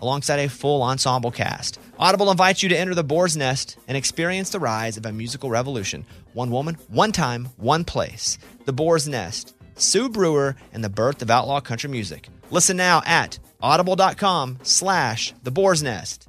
alongside a full ensemble cast. Audible invites you to enter the boar's nest and experience the rise of a musical revolution. One woman, one time, one place. The boar's nest, Sue Brewer, and the birth of outlaw country music. Listen now at audible.com slash the boar's nest.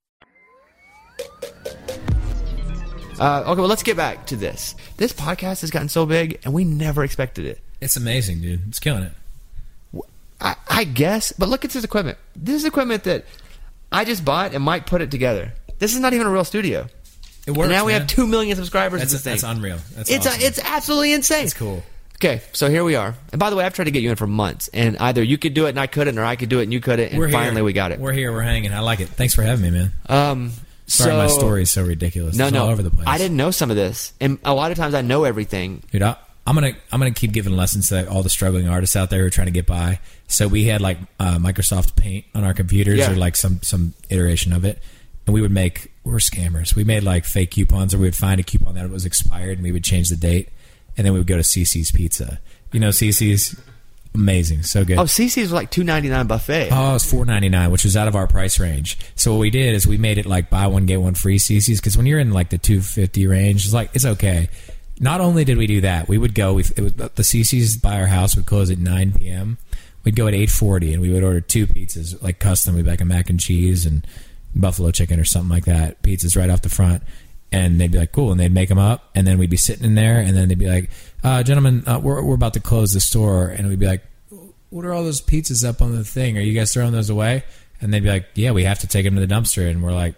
Uh, okay, well, let's get back to this. This podcast has gotten so big, and we never expected it.
It's amazing, dude. It's killing it.
I, I guess, but look at this equipment. This is equipment that I just bought, and Mike put it together. This is not even a real studio.
It
And
works.
now we
man.
have two million subscribers. to
That's,
this thing.
that's unreal. That's
it's uh,
awesome.
it's absolutely insane.
It's cool.
Okay, so here we are. And by the way, I've tried to get you in for months, and either you could do it and I couldn't, or I could do it and you couldn't, and
We're here.
finally we got it.
We're here. We're hanging. I like it. Thanks for having me, man.
Um,
Sorry,
so,
my story is so ridiculous.
No,
it's
no,
all over the place.
I didn't know some of this, and a lot of times I know everything.
dude. I, I'm gonna I'm gonna keep giving lessons to all the struggling artists out there who are trying to get by. So we had like uh, Microsoft Paint on our computers
Yeah.
or like some some iteration of it, and we would make we're scammers. We made like fake coupons, or we would find a coupon that was expired, and we would change the date, and then we would go to CC's Pizza. You know CC's, amazing, so good.
Oh, CC's was like two ninety nine buffet.
Oh, it's four ninety nine, which was out of our price range. So what we did is we made it like buy one get one free CCs because when you're in like the two fifty range, it's like it's okay. Not only did we do that, we would go. We it was, the CCs by our house would close at nine p.m. We'd go at eight forty, and we would order two pizzas, like custom. We'd be like a mac and cheese and buffalo chicken or something like that. Pizzas right off the front, and they'd be like, "Cool," and they'd make them up, and then we'd be sitting in there, and then they'd be like, uh, "Gentlemen, uh, we're we're about to close the store," and we'd be like, what are all those pizzas up on the thing? Are you guys throwing those away? And they'd be like, yeah, we have to take them to the dumpster. And we're like,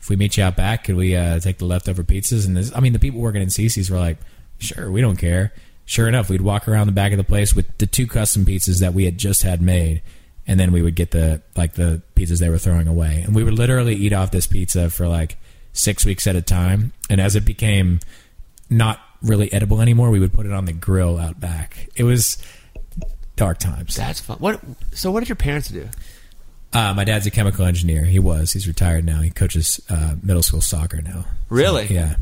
if we meet you out back, could we uh, take the leftover pizzas? And this, I mean, the people working in CC's were like, sure, we don't care. Sure enough, we'd walk around the back of the place with the two custom pizzas that we had just had made, and then we would get the like the pizzas they were throwing away, and we would literally eat off this pizza for like six weeks at a time. And as it became not really edible anymore, we would put it on the grill out back. It was dark times.
That's fun. What? So, what did your parents do?
Uh, my dad's a chemical engineer. He was. He's retired now. He coaches uh, middle school soccer now.
Really?
Yeah.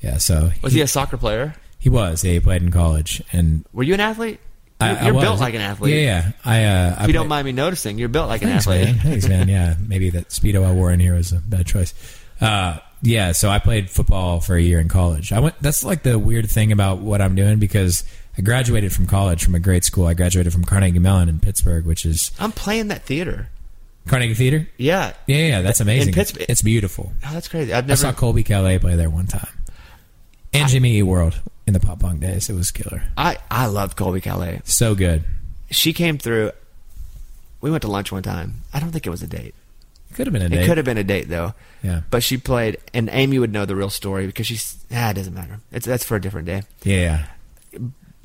Yeah. So
Was he a soccer player?
he was. Yeah, he played in college, and
Were you an athlete? You-
I- I
you're
was.
built like an athlete.
Yeah. Yeah. I. Uh, I
If you don't
played-
mind me noticing, you're built like an
Thanks,
athlete.
man. Thanks, man. Yeah, maybe that speedo I wore in here was a bad choice. Uh, yeah, so I played football for a year in college. I went. That's like the weird thing about what I'm doing because I graduated from college from a great school. I graduated from Carnegie Mellon in Pittsburgh, which is
I'm playing that theater.
Carnegie Theater.
Yeah.
Yeah, yeah, that's amazing.
Pittsburgh-
It's beautiful.
Oh, that's crazy. I've
I
never.
saw Colby Calais play there one time. And Jimmy Eat World in the pop punk days. It was killer.
I I love Colby Calais.
So good.
She came through. We went to lunch one time. I don't think it was a date.
Could have been a
It
date.
could have been a date though.
Yeah.
But she played, and Amy would know the real story because she's ah, it doesn't matter. It's that's for a different day.
Yeah, yeah.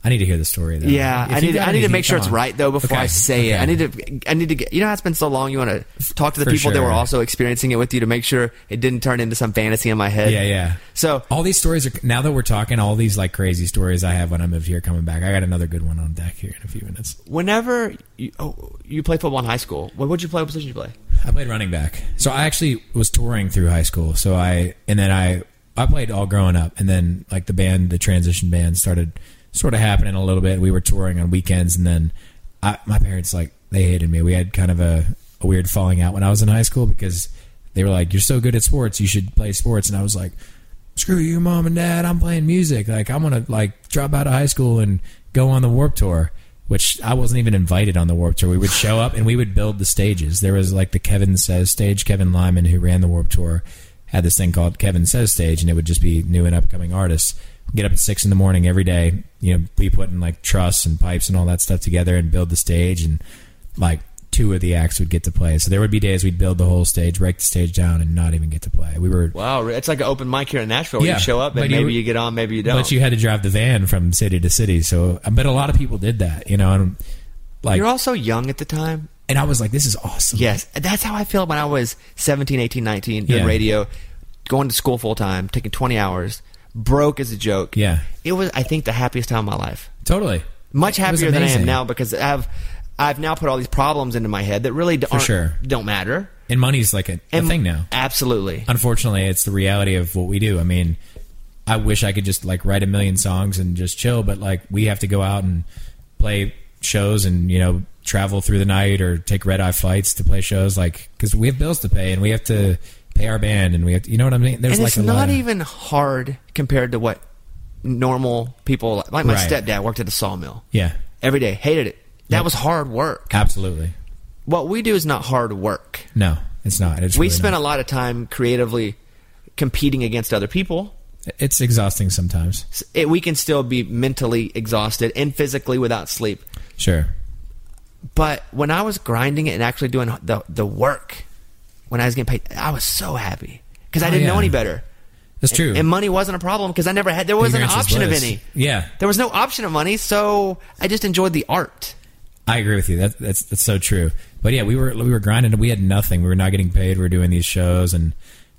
I need to hear the story though.
Yeah,
If
I
you've
need
got
I need to
anything,
make sure
come
it's
on.
right though before
Okay,
I say it. I
okay.
need to I need to get you know how it's been so long. You want to talk to the
For
people that were
sure.
also experiencing it with you to make sure it didn't turn into some fantasy in my head.
Yeah, yeah.
So
all these stories are now that we're talking, all these like crazy stories I have when I moved here coming back. I got another good one on deck here in a few minutes.
whenever you, oh, you play football in high school, what would you play? What position did you play?
I played running back. So I actually was touring through high school. So I and then I I played all growing up and then like the band the transition band started sort of happening a little bit. We were touring on weekends and then I, my parents like they hated me. We had kind of a, a weird falling out when I was in high school because they were like you're so good at sports, you should play sports and I was like screw you mom and dad, I'm playing music. Like I'm going to like drop out of high school and go on the Warp Tour which I wasn't even invited on the Warp Tour. We would show up and we would build the stages. There was like the Kevin Says stage. Kevin Lyman, who ran the Warp Tour, had this thing called Kevin Says stage, and it would just be new and upcoming artists. Get up at six in the morning every day. You know, be putting like truss and pipes and all that stuff together and build the stage. And like two of the acts would get to play. So there would be days we'd build the whole stage, break the stage down, and not even get to play. We were
Wow, it's like an open mic here in Nashville. Where
Yeah,
you show up and
but you-
maybe you, get on, maybe you don't.
But you had to drive the van from city to city, so but a lot of people did that, you know. And like,
You're also young at the time.
and I was like, this is awesome.
Yes, that's how I felt when I was 17, 18, 19 doing
Yeah.
radio, going to school full time, taking 20 hours, broke as a joke.
Yeah.
It was I think the happiest time of my life.
totally.
Much
It was
happier than I am
amazing.
now because I've I've now put all these problems into my head that really don't
sure.
don't matter.
And money's like a, a thing now.
Absolutely.
Unfortunately, it's the reality of what we do. I mean, I wish I could just like write a million songs and just chill, but like we have to go out and play shows and you know travel through the night or take red eye flights to play shows, like because we have bills to pay and we have to pay our band and we have to, you know what I mean. There's
and
like
it's
a lot
not
of-
even hard compared to what normal people like my
Right.
stepdad worked at a sawmill.
yeah,
Every day, hated it. That was hard work.
absolutely.
What we do is not hard work.
No, it's not. It's
we
really
spend a
not.
lot of time creatively competing against other people.
It's exhausting sometimes.
S- It, we can still be mentally exhausted and physically without sleep.
Sure.
But when I was grinding it and actually doing the the work, when I was getting paid, I was so happy because I
Oh,
didn't know
yeah.
any better.
That's true.
And money wasn't a problem because I never had. There wasn't an
Ignorance is
option of
bliss.
any.
Yeah.
there was no option of money, so I just enjoyed the art.
I agree with you. That, that's that's so true. But yeah, we were we were grinding. We had nothing. We were not getting paid. We were doing these shows, and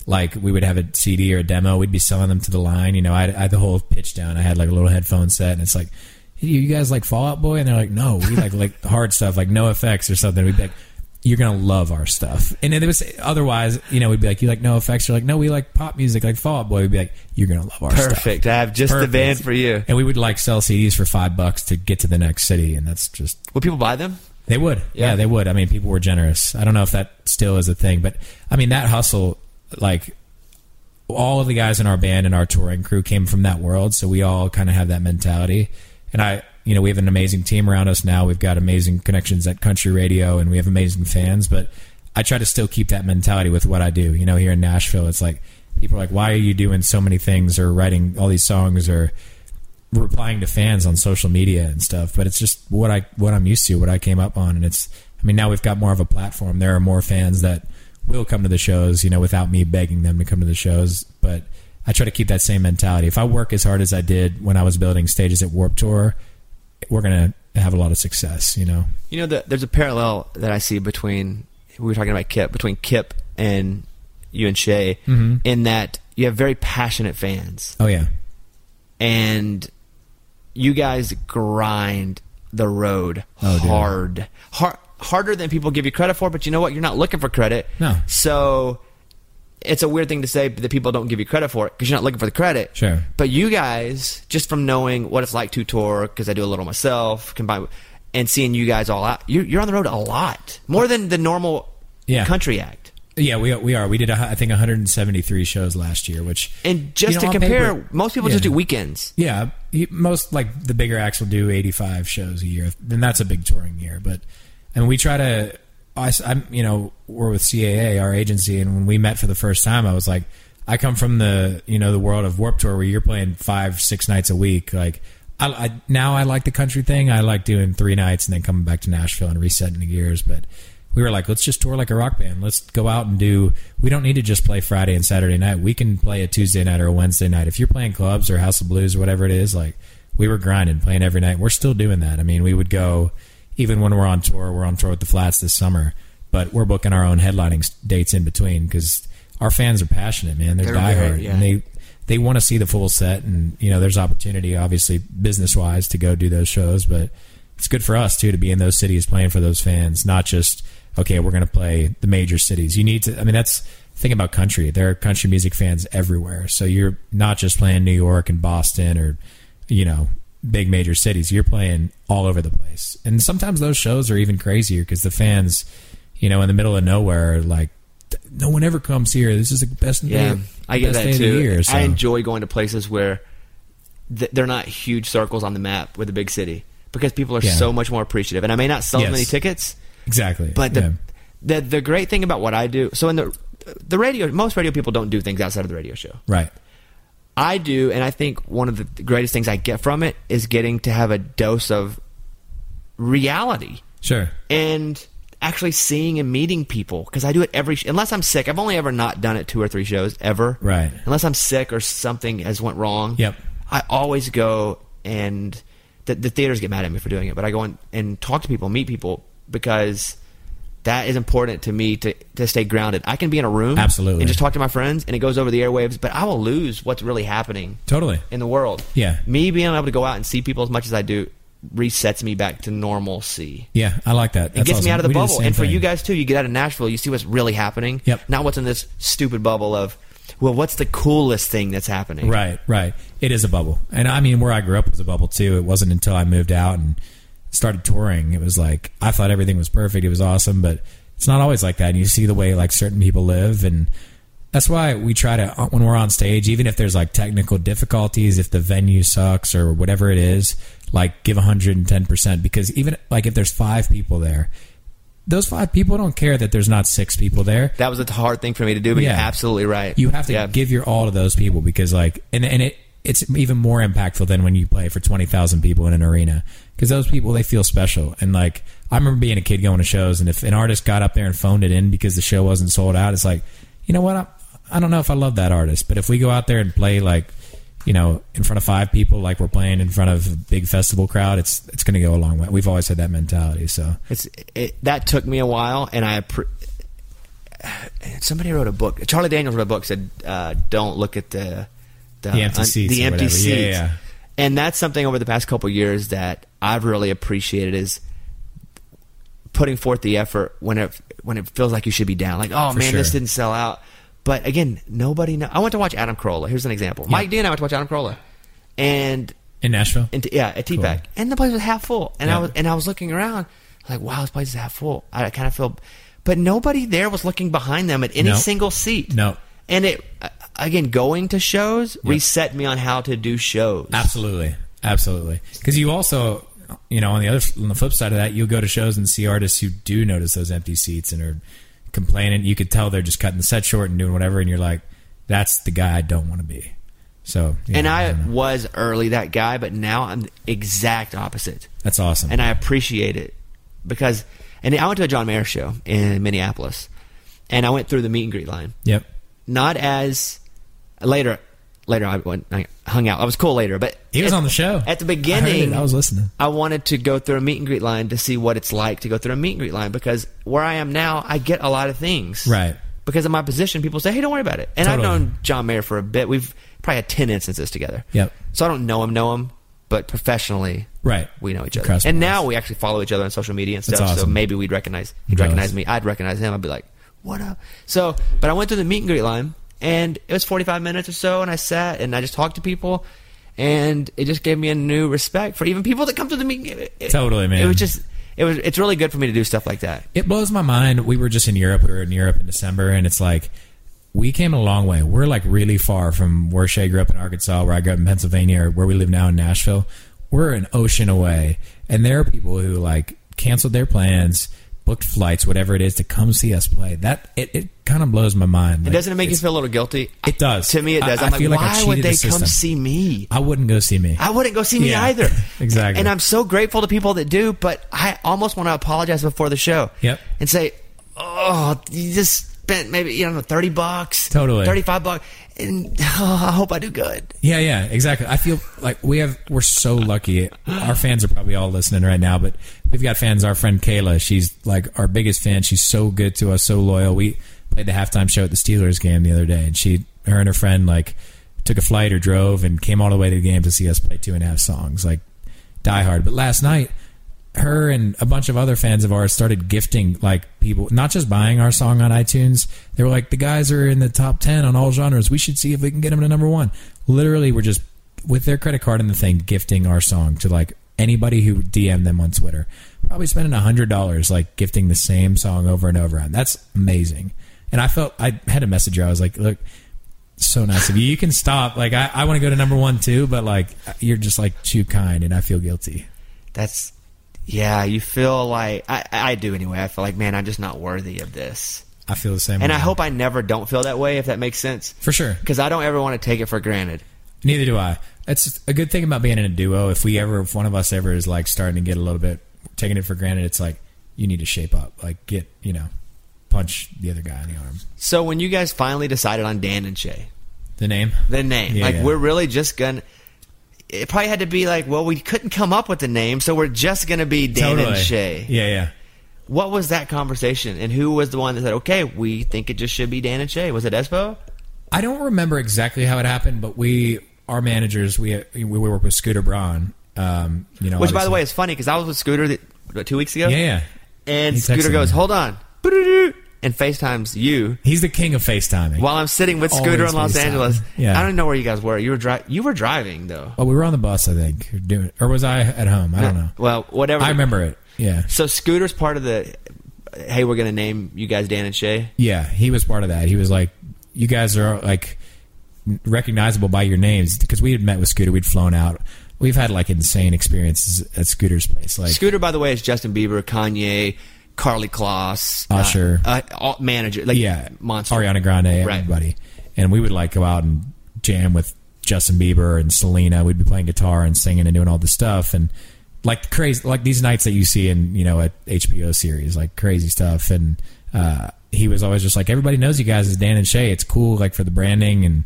like we would have a CD or a demo. We'd be selling them to the line. You know, I, had- I had the whole pitch down. I had like a little headphone set, and it's like, hey, you guys like Fallout Boy, and they're like, no,
[laughs]
we like like hard stuff, like no effects or something. We'd be like. You're gonna love our stuff, and then it was otherwise. You know, we'd be like, "You like no effects?" You're like, "No, we like pop music, like Fallout Boy." We'd be like, "You're gonna love our stuff."
I have just
Perfect. And we would like sell CDs for five bucks to get to the next city, and that's just
Would people buy them?
they would. Yeah.
Yeah.
they would. I mean, people were generous. I don't know if that still is a thing, but I mean, that hustle, like all of the guys in our band and our touring crew came from that world, so we all kind of have that mentality. And I, you know, we have an amazing team around us now. We've got amazing connections at country radio, and we have amazing fans. But I try to still keep that mentality with what I do. You know, here in Nashville, it's like people are like, "Why are you doing so many things or writing all these songs or?" replying to fans on social media and stuff, but it's just what I what I'm used to, what I came up on, and it's. I mean, now we've got more of a platform. There are more fans that will come to the shows, you know, without me begging them to come to the shows. But I try to keep that same mentality. If I work as hard as I did when I was building stages at Warp Tour, we're gonna have a lot of success, you know.
You know, the, there's a parallel that I see between we were talking about Kip between Kip and you and Shay
Mm-hmm.
in that you have very passionate fans
Oh yeah,
and you guys grind the road
Oh, dude.
hard, hard, harder than people give you credit for. But you know what? You're not looking for credit.
No.
So it's a weird thing to say that people don't give you credit for it because you're not looking for the credit.
Sure.
But you guys, just from knowing what it's like to tour, because I do a little myself, combined with, and seeing you guys all out, you, you're on the road a lot more than the normal
Yeah.
country act.
yeah. We we are. We did a, I think 173 shows last year, which
And just
you know,
to
on
compare,
paper-
most people
Yeah.
just do weekends.
Yeah, you- most like the bigger acts will do 85 shows a year, and that's a big touring year. But and we try to, I, am you know, we're with CAA, our agency, and when we met for the first time, I was like, I come from the you know the world of Warp Tour where you're playing five six nights a week. Like I, I now I like the country thing. I like doing three nights and then coming back to Nashville and resetting the gears, but. We were like, let's just tour like a rock band. Let's go out and do. We don't need to just play Friday and Saturday night. We can play a Tuesday night or a Wednesday night. If you're playing clubs or House of Blues or whatever it is, like we were grinding, playing every night. We're still doing that. I mean, we would go even when we're on tour. We're on tour with the Flats this summer, but we're booking our own headlining s- dates in between because our fans are passionate, man. They're,
They're very-
diehard,
yeah.
and they they want to see the full set. And you know, there's opportunity, obviously business wise, to go do those shows, but it's good for us too to be in those cities playing for those fans, not just okay, we're going to play the major cities. You need to. I mean, that's the thing about country. There are country music fans everywhere, so you're not just playing New York and Boston or you know big major cities. You're playing all over the place, and sometimes those shows are even crazier because the fans, you know, in the middle of nowhere, are like. No one ever comes here. This is the best.
Yeah,
day,
I get
best
that
day Of
too.
the year, so.
I enjoy going to places where th- they're not huge circles on the map with a big city because people are
Yeah.
so much more appreciative. And I may not sell
Yes.
them any tickets,
exactly.
but the,
yeah.
the the great thing about what I do, so in the the radio, most radio people don't do things outside of the radio show.
right.
I do, and I think one of the greatest things I get from it is getting to have a dose of reality
Sure.
and actually seeing and meeting people because I do it every unless I'm sick. I've only ever not done it two or three shows ever.
Right.
Unless I'm sick or something has went wrong.
Yep.
I always go and the, the theaters get mad at me for doing it, but I go and, and talk to people, meet people because That is important to me to, to stay grounded. I can be in a room
Absolutely.
and just talk to my friends and it goes over the airwaves, but I will lose what's really happening
Totally.
in the world.
Yeah.
Me being able to go out and see people as much as I do resets me back to normalcy.
Yeah, I like that.
It
That's
gets
awesome.
me out of the
We do
bubble.
same
and for
thing.
you guys too, you get out of Nashville, you see what's really happening.
Yep.
Not what's in this stupid bubble of, well, what's the coolest thing that's happening?
Right, right. It is a bubble. And I mean, where I grew up was a bubble too. It wasn't until I moved out and started touring. It was like, I thought everything was perfect. It was awesome, but it's not always like that. And you see the way like certain people live. And that's why we try to, uh, when we're on stage, even if there's like technical difficulties, if the venue sucks or whatever it is, like give 110%. Because even like if there's five people there, those five people don't care that there's not six people there
That was a hard thing for me to do, but you're absolutely right.
you have to
Yeah.
give your all to those people because like and and it it's even more impactful than when you play for 20,000 people in an arena because those people they feel special and like I remember being a kid going to shows and if an artist got up there and phoned it in because the show wasn't sold out it's like you know what I, I don't know if I love that artist but if we go out there and play like you know in front of five people like we're playing in front of a big festival crowd it's it's going to go a long way we've always had that mentality so
It's it, that took me a while, and I. appre- Somebody wrote a book. Charlie Daniels wrote a book said, uh, "Don't look at the the,
The empty seats
the
or
empty
whatever. Yeah,
seats."
yeah.
And that's something over the past couple years that I've really appreciated is putting forth the effort when it when it feels like you should be down. Like, oh
For
man, this
sure.
didn't sell out. But again, nobody. Know- I went to watch Adam Carolla. Here's an example. Mike D and I went to watch Adam Carolla, and
in Nashville
into yeah a tea
Cool.
bag, and the place was half full. And
Yeah.
I was and I was looking around, like wow, this place is half full. I, kind of feel, but nobody there was looking behind them at any
No.
single seat.
No.
and it uh, again going to shows reset me on how to do shows.
Absolutely, absolutely. Because you also, you know, on the other on the flip side of that, you'll go to shows and see artists who do notice those empty seats and are complaining. You could tell they're just cutting the set short and doing whatever, and you're like, "That's the guy I don't want to be." So, yeah,
And I
don't know.
was early that guy, but now I'm the exact opposite.
that's awesome.
and I appreciate it because. And I went to a John Mayer show in Minneapolis, and I went through the meet and greet line.
yep,
not as later. Later, I went I hung out. I was cool later, but
he was
at-
on the show
at the
I heard it.
beginning.
I was listening.
I wanted to go through a meet and greet line to see what it's like to go through a meet and greet line because where I am now, I get a lot of things.
Right.
Because of my position, people say, "Hey, don't worry about it." And
Totally.
I've known John Mayer for a bit. We've probably had ten instances together.
Yep.
So I don't know him, know him, but professionally,
Right.
we know each other.
Cross
and
paths.
now we actually follow each other on social media and
That's
stuff. So
awesome.
maybe we'd recognize he'd
jealous.
recognize me. I'd recognize him. I'd be like, "What up?" So, but I went through the meet and greet line, and it was forty five minutes or so, and I sat and I just talked to people, and it just gave me a new respect for even people that come to the meet. and- It,
Totally, man.
It was just it was it's really good for me to do stuff like that.
it blows my mind. We were just in Europe. We were in Europe in December, and it's like we came a long way. We're like really far from where Shay grew up in Arkansas, where I grew up in Pennsylvania, or where we live now in Nashville. We're an ocean away, and there are people who like canceled their plans, booked flights, whatever it is, to come see us play. That it, it kind of blows my mind.
And
Like,
doesn't it make you
it's-
feel a little guilty?
It does.
To me, it
I-
does.
I
I, am like,
feel like I
why would
cheated
they
the
come
system."
see me?
I wouldn't go see me.
I wouldn't go see me
Yeah.
either.
[laughs] Exactly.
And I'm so grateful to people that do, but I almost want to apologize before the show.
Yep.
And say, oh, you just spent maybe you know thirty bucks,
Totally.
thirty five bucks, and [laughs] oh, I hope I do good.
Yeah, yeah, exactly. I feel like we have we're so lucky. Our fans are probably all listening right now, but we've got fans. Our friend Kayla, she's like our biggest fan. She's so good to us, so loyal. We played the halftime show at the Steelers game the other day, and she, her, and her friend like took a flight or drove and came all the way to the game to see us play two and a half songs, like Die Hard. But last night, her and a bunch of other fans of ours started gifting like people not just buying our song on iTunes. They were like, the guys are in the top ten on all genres. We should see if we can get them to number one. Literally, we're just with their credit card and the thing gifting our song to like anybody who DM them on Twitter. Probably spending a hundred dollars like gifting the same song over and over on. That's amazing. And I felt I had a messenger. I was like, look, so nice of you. You can stop. Like I, I want to go to number one too, but like you're just like too kind, and I feel guilty.
That's yeah. You feel like I, I do anyway. I feel like man, I'm just not worthy of this,
I feel the same.
and
way.
I hope I never don't feel that way. If that makes sense,
for sure.
because I don't ever want to take it for granted.
Neither do I. That's a good thing about being in a duo. If we ever, if one of us ever is like starting to get a little bit taking it for granted, it's like you need to shape up. Like get you know, punch the other guy in the arm.
So when you guys finally decided on Dan and Shay,
The name.
the name.
Yeah,
like
yeah.
we're really just gonna. It probably had to be like, well, we couldn't come up with a name, so we're just gonna be Dan and Shay.
Yeah, yeah.
What was that conversation, and who was the one that said, "Okay, we think it just should be Dan and Shay"? Was it Espo?
I don't remember exactly how it happened, but we, our managers, we we work with Scooter Braun. Um, you know,
Which, by the
obviously-
way, is funny because I was with Scooter the, what, two weeks ago.
Yeah, yeah.
And
He
Scooter
texted
goes,
me.
"Hold on," and FaceTimes you
he's the king of FaceTiming.
while I'm sitting with
Always
Scooter in Los
FaceTime.
Angeles.
Yeah.
I don't know where you guys were. You were dri- You were driving though.
Oh, we were on the bus, I think, or doing, or was I at home? I don't know.
Well, whatever.
I remember it. Yeah,
So Scooter's part of the. Hey, we're gonna name you guys Dan and Shay.
yeah. He was part of that. He was like, "You guys are like recognizable by your names," because we had met with Scooter. We'd flown out. We've had like insane experiences at Scooter's place. Like,
Scooter, by the way, is Justin Bieber, Kanye, Carly Kloss, uh,
Usher.
uh, all- manager, like
Ah, yeah,
monster,
Ariana Grande,
Right.
everybody. And we would like go out and jam with Justin Bieber and Selena. We'd be playing guitar and singing and doing all this stuff and like crazy, like these nights that you see in you know a HBO series, like crazy stuff. And uh, he was always just like, everybody knows you guys as Dan and Shay. It's cool, like for the branding and.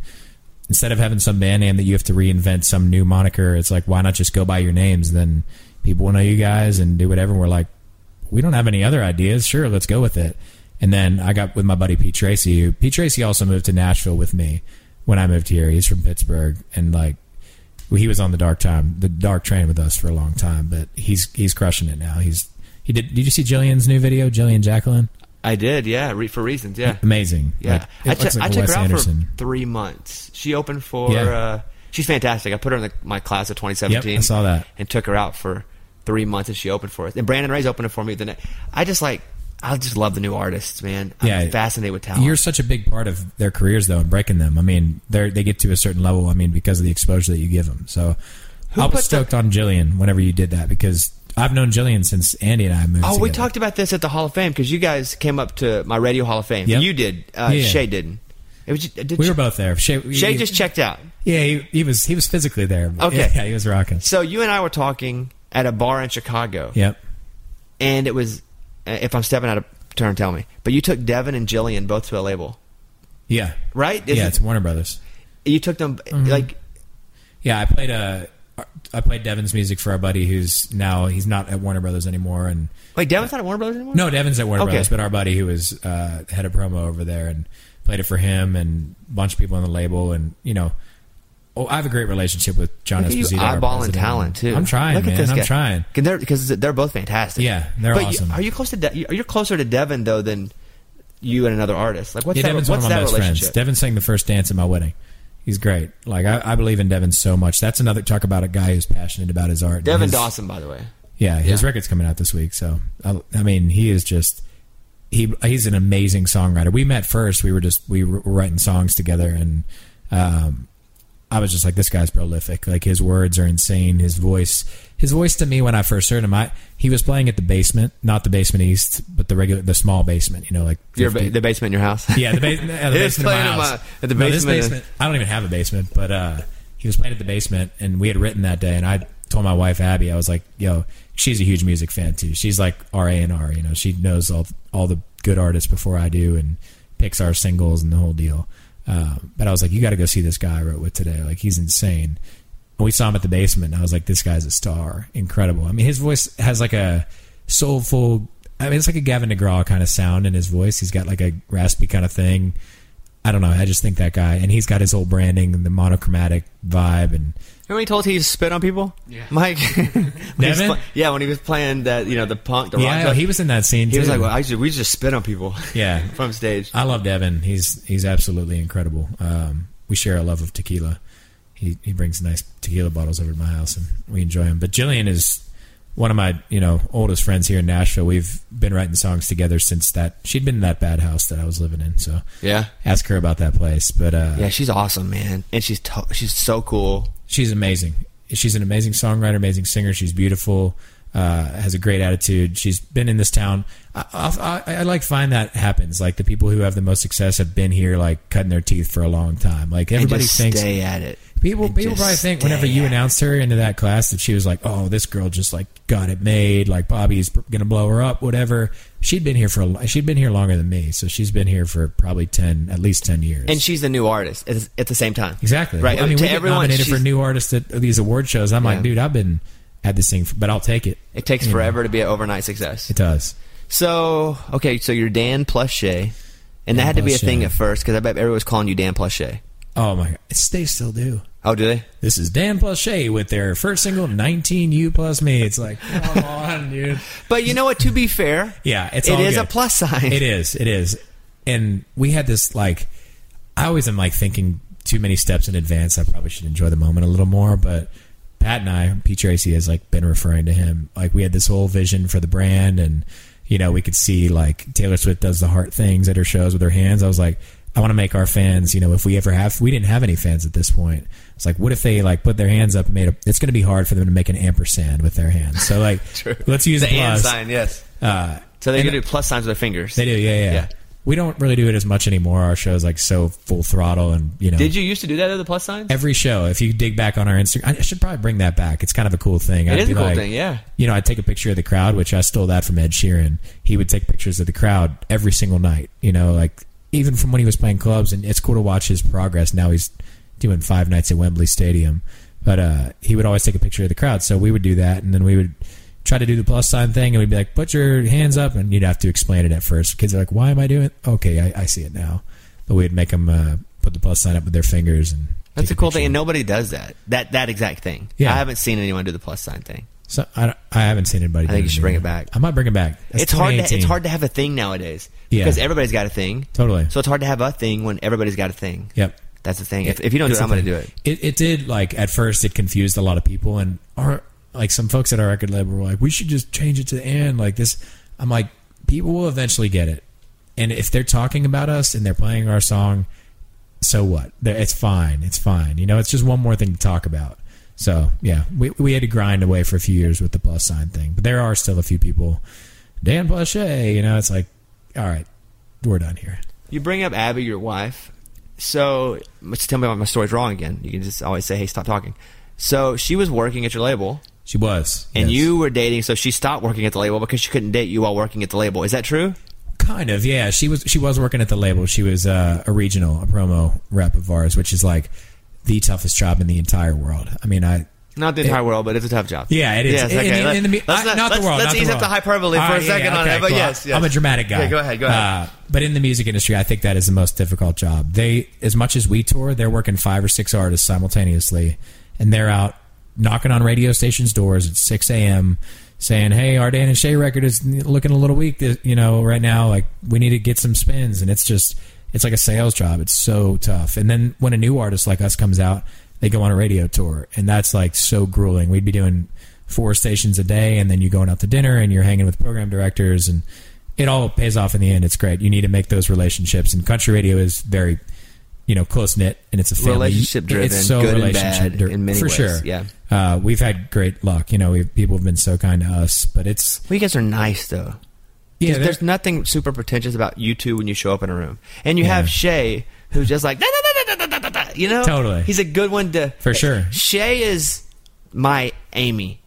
Instead of having some band name that you have to reinvent some new moniker, it's like why not just go by your names? Then people will know you guys and do whatever. And we're like, we don't have any other ideas. Sure, let's go with it. And then I got with my buddy Pete Tracy. Who, Pete Tracy also moved to Nashville with me when I moved here. He's from Pittsburgh, and like he was on the dark time, the dark train with us for a long time. But he's he's crushing it now. He's he did. Did you see Jillian's new video? Jillian Jacqueline,
I did, yeah, re- for reasons, yeah,
amazing.
yeah.
like, it
I, took
looks like
I took
Wes
her out
Anderson.
for three months. She opened for.
Yeah.
Uh, she's fantastic. I put her in the, my class of 2017.
Yep, I saw that.
and took her out for three months, and she opened for us. And Brandon Ray's opened it for me. The next, I just like, I just love the new artists, man. I'm
Yeah.
fascinated with talent.
You're such a big part of their careers, though, and breaking them. I mean, they they get to a certain level. I mean, because of the exposure that you give them. So I
put
was
the-
stoked on Jillian whenever you did that because I've known Jillian since Andy and I moved.
Oh, we
together.
talked about this at the Hall of Fame because you guys came up to my radio Hall of Fame.
Yep.
You did. Uh,
Yeah.
Shay didn't. It was, uh, did
We
Shay-
were both there. Shay,
Shay
he-
just checked out.
Yeah, he, he was he was physically there.
Okay.
[laughs] Yeah, he was rocking.
So you and I were talking at a bar in Chicago.
Yep.
And it was, uh, if I'm stepping out of turn, tell me. But you took Devin and Jillian both to a label,
Yeah.
right? Is
Yeah,
it-
it's Warner Brothers.
you took them
Mm-hmm.
like
Yeah, I played uh, I played Devin's music for our buddy who's now he's not at Warner Brothers anymore and
wait. Devin's not at Warner Brothers anymore.
No, Devin's at Warner
Okay.
Brothers, but our buddy who was uh, head of promo over there and played it for him and a bunch of people on the label and you know. Oh, I have a great relationship with John
Look at you
Esposito. our
eyeballing
president.
talent too.
I'm trying,
Look
man.
at this
I'm
guy.
trying.
Because they're, 'cause they're both fantastic.
Yeah, they're
but you-
awesome.
are you close to De- you're closer to Devin though than you and another artist? Like what's
yeah,
that?
Devin's
what's
one of my
that
best friends.
relationship?
Devin sang the first dance at my wedding. He's great. Like I, I believe in Devin so much. That's another talk about a guy who's passionate about his art. and
Devin
his-
Dawson, by the way.
Yeah, his
Yeah.
record's coming out this week. So I, I mean, he is just he he's an amazing songwriter. We met first. We were just we were writing songs together, and um, I was just like, this guy's prolific. Like his words are insane. His voice, his voice to me when I first heard him, I he was playing at the basement, not the basement east, but the regular the small basement. You know, like
Your ba-
50
the basement in your house.
[laughs] yeah, the, bas- uh, the
It is
basement of my
playing in
house.
my- at the
No,
basement
this
of-
basement. I don't even have a basement, but uh, he was playing at the basement, and we had written that day, and I told my wife Abby, I was like, "Yo, she's a huge music fan too. She's like R A and R. You know, she knows all all the good artists before I do, and picks our singles and the whole deal." Uh, but I was like, "You got to go see this guy I wrote with today. Like, he's insane." And we saw him at the basement, and I was like, "This guy's a star, incredible." I mean, his voice has like a soulful. I mean, it's like a Gavin DeGraw kind of sound in his voice. He's got like a raspy kind of thing. I don't know. I just think that guy, and he's got his whole branding, and the monochromatic vibe, and
[laughs] Remember he told he spit on people? Yeah. Mike. [laughs] When he was
Devin?
pla- yeah, when he was playing that, you know, the punk, the rock.
yeah,
stuff,
he was in that scene.
he was
too.
like, well, I just, we just spit on people.
Yeah.
[laughs]
Uh,
from stage.
I love Devin. He's he's absolutely incredible. Um, we share a love of tequila. He he brings nice tequila bottles over to my house, and we enjoy them. But Jillian is one of my you know oldest friends here in Nashville. We've been writing songs together since that she'd been in that bad house that I was living in. So
Yeah.
ask her about that place. But uh,
Yeah, she's awesome, man, and she's to- she's so cool.
she's amazing. She's an amazing songwriter, amazing singer. She's beautiful, uh, has a great attitude. She's been in this town. I, I, I, I like find that happens. Like the people who have the most success have been here, like cutting their teeth for a long time. Like
And
everybody
just
thinks
stay at it.
people
And
people
just
probably think whenever
stay
you
at
announced her into that class that she was like, oh, this girl just like got it made. Like Bobby's pr- gonna blow her up, whatever. She'd been here for a, lo- she'd been here longer than me, so she's been here for probably ten, at least ten years.
and she's the new artist at, at the same time.
Exactly.
Right.
I mean,
to
we get
everyone,
nominated for
she's-
new artists at these award shows. I'm
Yeah.
like, dude, I've been at this thing, for, but I'll take it.
It takes
You know,
forever to be an overnight success.
It does.
So okay, so you're Dan plus Shay, and that had to be a
plus
thing
Shay.
at first because I bet everyone was calling you Dan plus Shay.
Oh my god, it's, they still do.
Oh, do they?
This is Dan plus Shay with their first single, 19 You Plus Me. It's like, come [laughs] on, dude.
But you know what? To be fair,
Yeah, it's
it
all
is
good.
a plus sign.
It is. It is. And we had this like I always am like thinking too many steps in advance. I probably should enjoy the moment a little more, but Pat and I, Pete Tracy has like been referring to him. Like we had this whole vision for the brand and you know, we could see like Taylor Swift does the heart things at her shows with her hands. I was like, I want to make our fans, you know, if we ever have, we didn't have any fans at this point. It's like, what if they like put their hands up and made a, it's going to be hard for them to make an ampersand with their hands. So
[laughs]
like, let's use
the
a
and
plus.
sign. Yes.
Uh,
So they
and-
can do plus signs with their fingers.
they do, yeah, yeah,
Yeah.
We don't really do it as much anymore. Our show's like so full throttle, and you know,
Did you used to do that at the plus signs?
every show? If you dig back on our Instagram, I should probably bring that back. It's kind of a cool thing. It
is a cool thing, yeah.
You know, I take a picture of the crowd, which I stole that from Ed Sheeran. He would take pictures of the crowd every single night. You know, like even from when he was playing clubs, and it's cool to watch his progress. Now he's doing five nights at Wembley Stadium, but uh, he would always take a picture of the crowd. So we would do that, and then we would try to do the plus sign thing, and we'd be like, "Put your hands up," and you'd have to explain it at first. Kids are like, "Why am I doing?" Okay, I, I see it now. But we'd make them uh, put the plus sign up with their fingers, and
That's
take
a cool
picture.
thing, and nobody does that. That that exact thing.
Yeah.
I haven't seen anyone do the plus sign thing.
So I, don't- I haven't seen anybody.
I
do
think you should bring it
anymore.
back.
I might bring it back. That's
it's hard. To,
2018.
it's hard to have a thing nowadays
Yeah.
because everybody's got a thing.
Totally.
So it's hard to have a thing when everybody's got a thing.
Yep.
That's the thing. If, if you don't do
It's
it, I'm
the
going to do
thing.
it.
it. It did like at first it confused a lot of people and our like some folks at our record label were like, we should just change it to and like this. I'm like, people will eventually get it, and if they're talking about us and they're playing our song, so what? They're- It's fine. It's fine. You know, it's just one more thing to talk about. So yeah, we we had to grind away for a few years with the plus sign thing, but there are still a few people. Dan Blaché, you know, it's like, all right, we're done here.
You bring up Abby, your wife. So just tell me if my story's wrong again. You can just always say, "Hey, stop talking." So she was working at your label,
She was,
and
yes.
you were dating. So she stopped working at the label because she couldn't date you while working at the label. Is that true?
Kind of, yeah. She was she was working at the label. She was uh, a regional, a promo rep of ours, which is like the toughest job in the entire world. I mean, I
Not the entire world, but it's a tough job.
yeah, it is.
Yes,
In-
okay.
in-
Let-
in the me-
let's
I-
not-
not the
let's-
world.
let's
not the
ease up
world.
the hyperbole for
All
a
right, yeah,
second on
okay,
it, but
cool.
yes, yes.
I'm a dramatic guy.
Yeah, go ahead, go ahead.
Uh, but in the music industry, I think that is the most difficult job. They, as much as we tour, they're working five or six artists simultaneously, and they're out knocking on radio stations' doors at 6 a.m. saying, "Hey, our Dan and Shay record is looking a little weak. This, you know, right now, like we need to get some spins." And it's just, it's like a sales job. It's so tough. And then when a new artist like us comes out, they go on a radio tour, and that's like so grueling. We'd be doing four stations a day, and then you're going out to dinner, and you're hanging with program directors and it all pays off in the end. It's great. You need to make those relationships, and country radio is very, you know, close knit, and it's a family.
Relationship driven,
It's so
good and
relationship
bad
driven,
in many
for
ways,
sure.
yeah.
uh, we've had great luck. You know, we, people have been so kind to us, but it's
Well, you guys are nice though.
yeah,
There's- there's
they're-
nothing super pretentious about you two when you show up in a room, and you have
Yeah.
Shay who's just like, "Da, da, da, da, da, da, da, da," you know,
Totally.
He's a good one to
For sure.
Shay is my Amy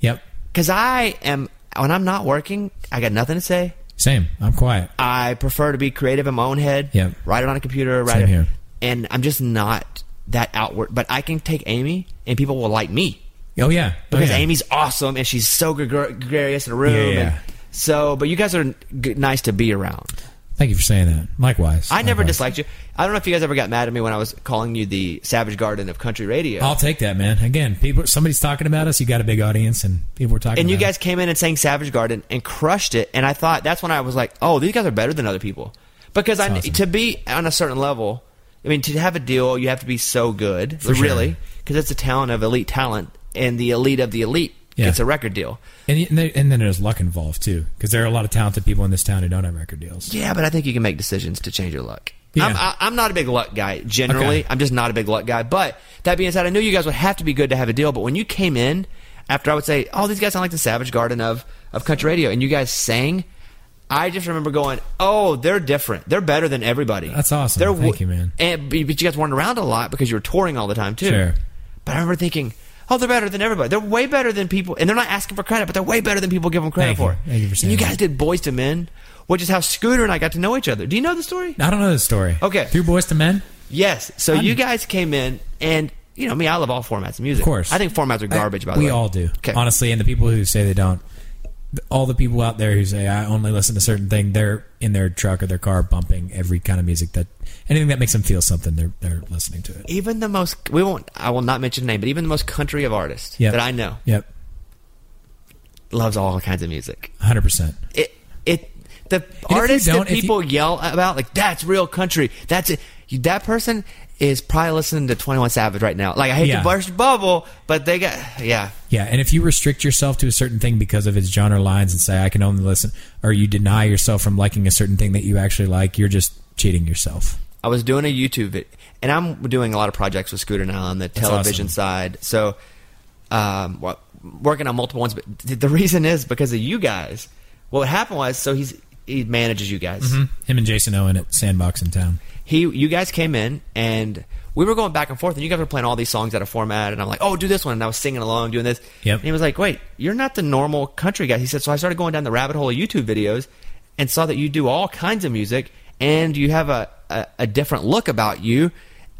yep,
because I am when I'm not working, I got nothing to say.
same. I'm quiet.
I prefer to be creative in my own head.
Yep.
write it on a computer. Write
Same
it,
here.
and I'm just not that outward. But I can take Amy, and people will like me
Oh yeah, Oh,
because
yeah.
Amy's awesome and she's so gregor- gregarious in a room.
Yeah, yeah,
and
yeah.
so, but you guys are g- nice to be around.
Thank you for saying that. Likewise,
I never
Likewise.
disliked you. I don't know if you guys ever got mad at me when I was calling you the Savage Garden of Country Radio.
I'll take that, man. Again, people. Somebody's talking about us. You got a big audience, and people were talking.
and you
about
guys came in and sang Savage Garden and crushed it. And I thought that's when I was like, oh, these guys are better than other people because I
awesome.
to be on a certain level. I mean, to have a deal, you have to be so good,
For sure.
really, because it's a town of elite talent, and the elite of the elite
Yeah.
gets a record deal.
and, and, there, and then there's luck involved too, because there are a lot of talented people in this town who don't have record deals.
Yeah, but I think you can make decisions to change your luck.
Yeah.
I'm, I, I'm not a big luck guy generally.
Okay.
I'm just not a big luck guy. But that being said, I knew you guys would have to be good to have a deal. But when you came in, after I would say, "Oh, these guys sound like the Savage Garden of of country radio," and you guys sang, I just remember going, "Oh, they're different. They're better than everybody."
That's awesome.
They're wo-
Thank you, man.
And, but you guys weren't around a lot because you were touring all the time too.
Sure.
But I remember thinking. Oh, they're better than everybody. They're way better than people, and they're not asking for credit, but they're way better than people give them credit
Thank you.
for.
Thank you for
And
saying
you
that.
guys did Boys to Men, which is how Scooter and I got to know each other. Do you know the story?
I don't know the story.
Okay.
Through Boys to Men?
Yes. So
I'm-
you guys came in, and you know me, I love all formats of music.
Of course.
I think formats are garbage.
I-
by the
we
way,
all do.
Okay.
Honestly, and the people who say they don't, all the people out there who say I only listen to certain thing, they're in their truck or their car bumping every kind of music that anything that makes them feel something. They're they're listening to it.
Even the most we won't I will not mention the name, but even the most country of artists
Yep.
that I know
Yep,
loves all kinds of music.
hundred percent.
It it the
you
artists that
don't- if you-
people yell about like that's real country. That's it. You- That person is probably listening to Twenty One Savage right now. Like I hate
Yeah.
to burst your bubble, but they got yeah.
Yeah, and if you restrict yourself to a certain thing because of its genre lines and say I can only listen, or you deny yourself from liking a certain thing that you actually like, you're just cheating yourself.
I was doing a YouTube vid- and I'm doing a lot of projects with Scooter now on the television
awesome.
side. So, um, wa- working on multiple ones, but th- the reason is because of you guys. What happened was, so he's he manages you guys.
Hmm? Him and Jason Owen at Sandbox in town.
He you guys came in and we were going back and forth, and you guys were playing all these songs out of format, and I'm like, oh, do this one, and I was singing along, doing this.
Yep.
And he was like, wait, you're not the normal country guy. He said, so I started going down the rabbit hole of YouTube videos, and saw that you do all kinds of music, and you have a a, a different look about you,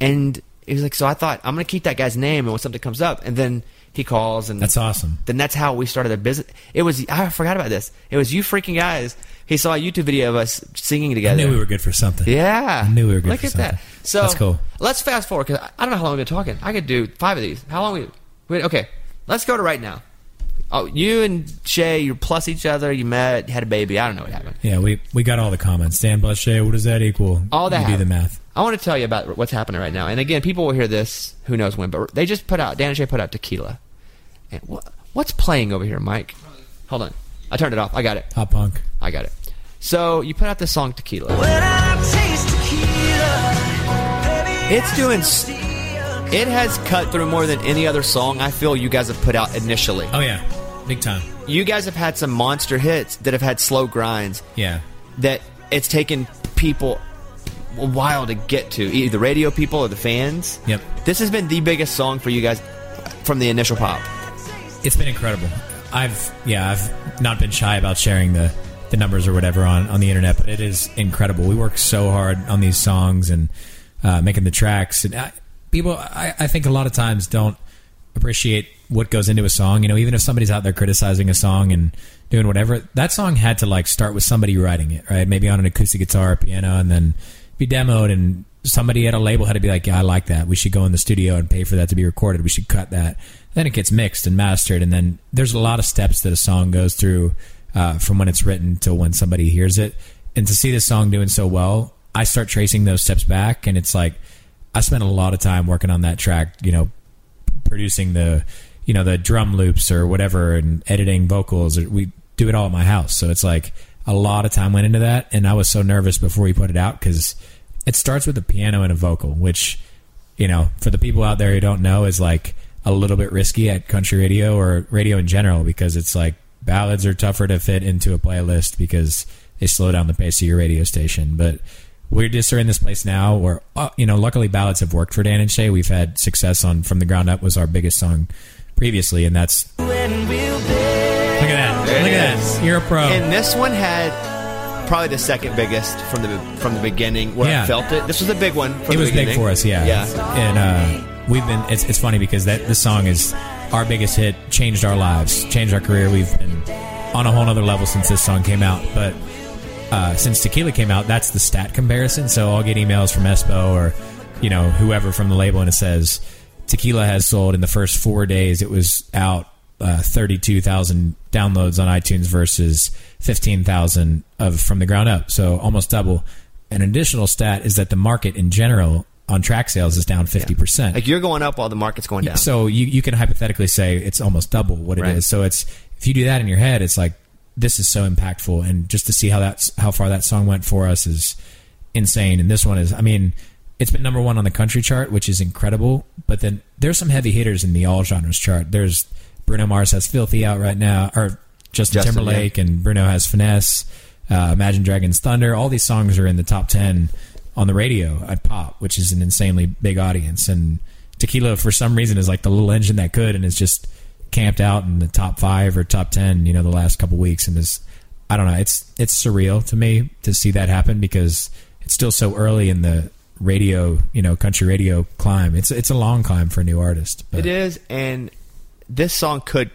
and he was like, so I thought I'm gonna keep that guy's name, and when something comes up, and then he calls, and
That's awesome.
then that's how we started a business. It was I forgot about this. It was you freaking guys. He saw a YouTube video of us singing
I
together.
knew we were good for something.
Yeah,
I knew we were good
Look
for
at
something.
that. So
That's cool.
Let's fast forward because I I don't know how long we've been talking. I could do five of these. How long we? Wait, okay, let's go to right now. Oh, you and Shay, you're plus each other. You met, had a baby. I don't know what happened.
Yeah, we we got all the comments. Dan Blaché, what does that equal?
All that
You do the
happened.
math.
I want to tell you about what's happening right now. And again, people will hear this. Who knows when? But they just put out. Dan and Shay put out tequila. And wha- what's playing over here, Mike? Hold on. I turned it off. I got it.
Pop punk.
I got it. So you put out this song, Tequila.
When I taste tequila, baby,
It's doing. s- It has cut through more than any other song I feel you guys have put out initially.
Oh yeah, big time.
You guys have had some monster hits that have had slow grinds
Yeah,
that it's taken people a while to get to, either the radio people or the fans.
Yep.
This has been the biggest song for you guys from the initial pop.
it's been incredible. I've yeah, I've not been shy about sharing the the numbers or whatever on on the internet, but it is incredible. We work so hard on these songs and uh, making the tracks, and I, people I, I think a lot of times don't appreciate what goes into a song. You know, even if somebody's out there criticizing a song and doing whatever, that song had to like start with somebody writing it, right? Maybe on an acoustic guitar, or piano, and then be demoed and somebody at a label had to be like, yeah, I like that. We should go in the studio and pay for that to be recorded. We should cut that. Then it gets mixed and mastered. And then there's a lot of steps that a song goes through uh, from when it's written to when somebody hears it. And to see this song doing so well, I start tracing those steps back. And it's like, I spent a lot of time working on that track, you know, producing the you know the drum loops or whatever and editing vocals we do it all at my house so it's like a lot of time went into that and i was so nervous before we put it out because it starts with a piano and a vocal which you know for the people out there who don't know is like a little bit risky at country radio or radio in general because it's like ballads are tougher to fit into a playlist because they slow down the pace of your radio station but we're just are in this place now where uh, you know luckily ballads have worked for dan and shay we've had success on from the ground up was our biggest song previously and that's look at that
There
look
it
at
is.
that you're a pro
And this one had probably the second biggest from the from the beginning where I
Yeah.
felt it. This was a big one. From
it
the
was big
beginning.
for us yeah
Yeah.
and uh, we've been it's, it's funny because that this song is our biggest hit changed our lives changed our career we've been on a whole nother level since this song came out but uh, since tequila came out that's the stat comparison so i'll get emails from espo or you know whoever from the label and it says tequila has sold in the first four days it was out uh, 32,000 downloads on iTunes versus 15,000 of from the ground up so almost double an additional stat is that the market in general on track sales is down 50%
Like you're going up while the market's going down.
so you, you can hypothetically say it's almost double what it is.
Right.
So it's if you do that in your head, it's like this is so impactful, and just to see how that's how far that song went for us is insane. And this one is, I mean, it's been number one on the country chart, which is incredible. But then there's some heavy hitters in the all genres chart. There's Bruno Mars has "Filthy" out right now, or Justin,
Justin,
Timberlake, and Bruno has "Finesse." Uh, Imagine Dragons Thunder, all these songs are in the top 10 on the radio at Pop, which is an insanely big audience. And Tequila, for some reason, is like the little engine that could and is just camped out in the top five or top 10, you know, the last couple weeks. And is, I don't know, it's, it's surreal to me to see that happen because it's still so early in the radio, you know, country radio climb. It's, it's a long climb for a new artist. But
It is, and this song could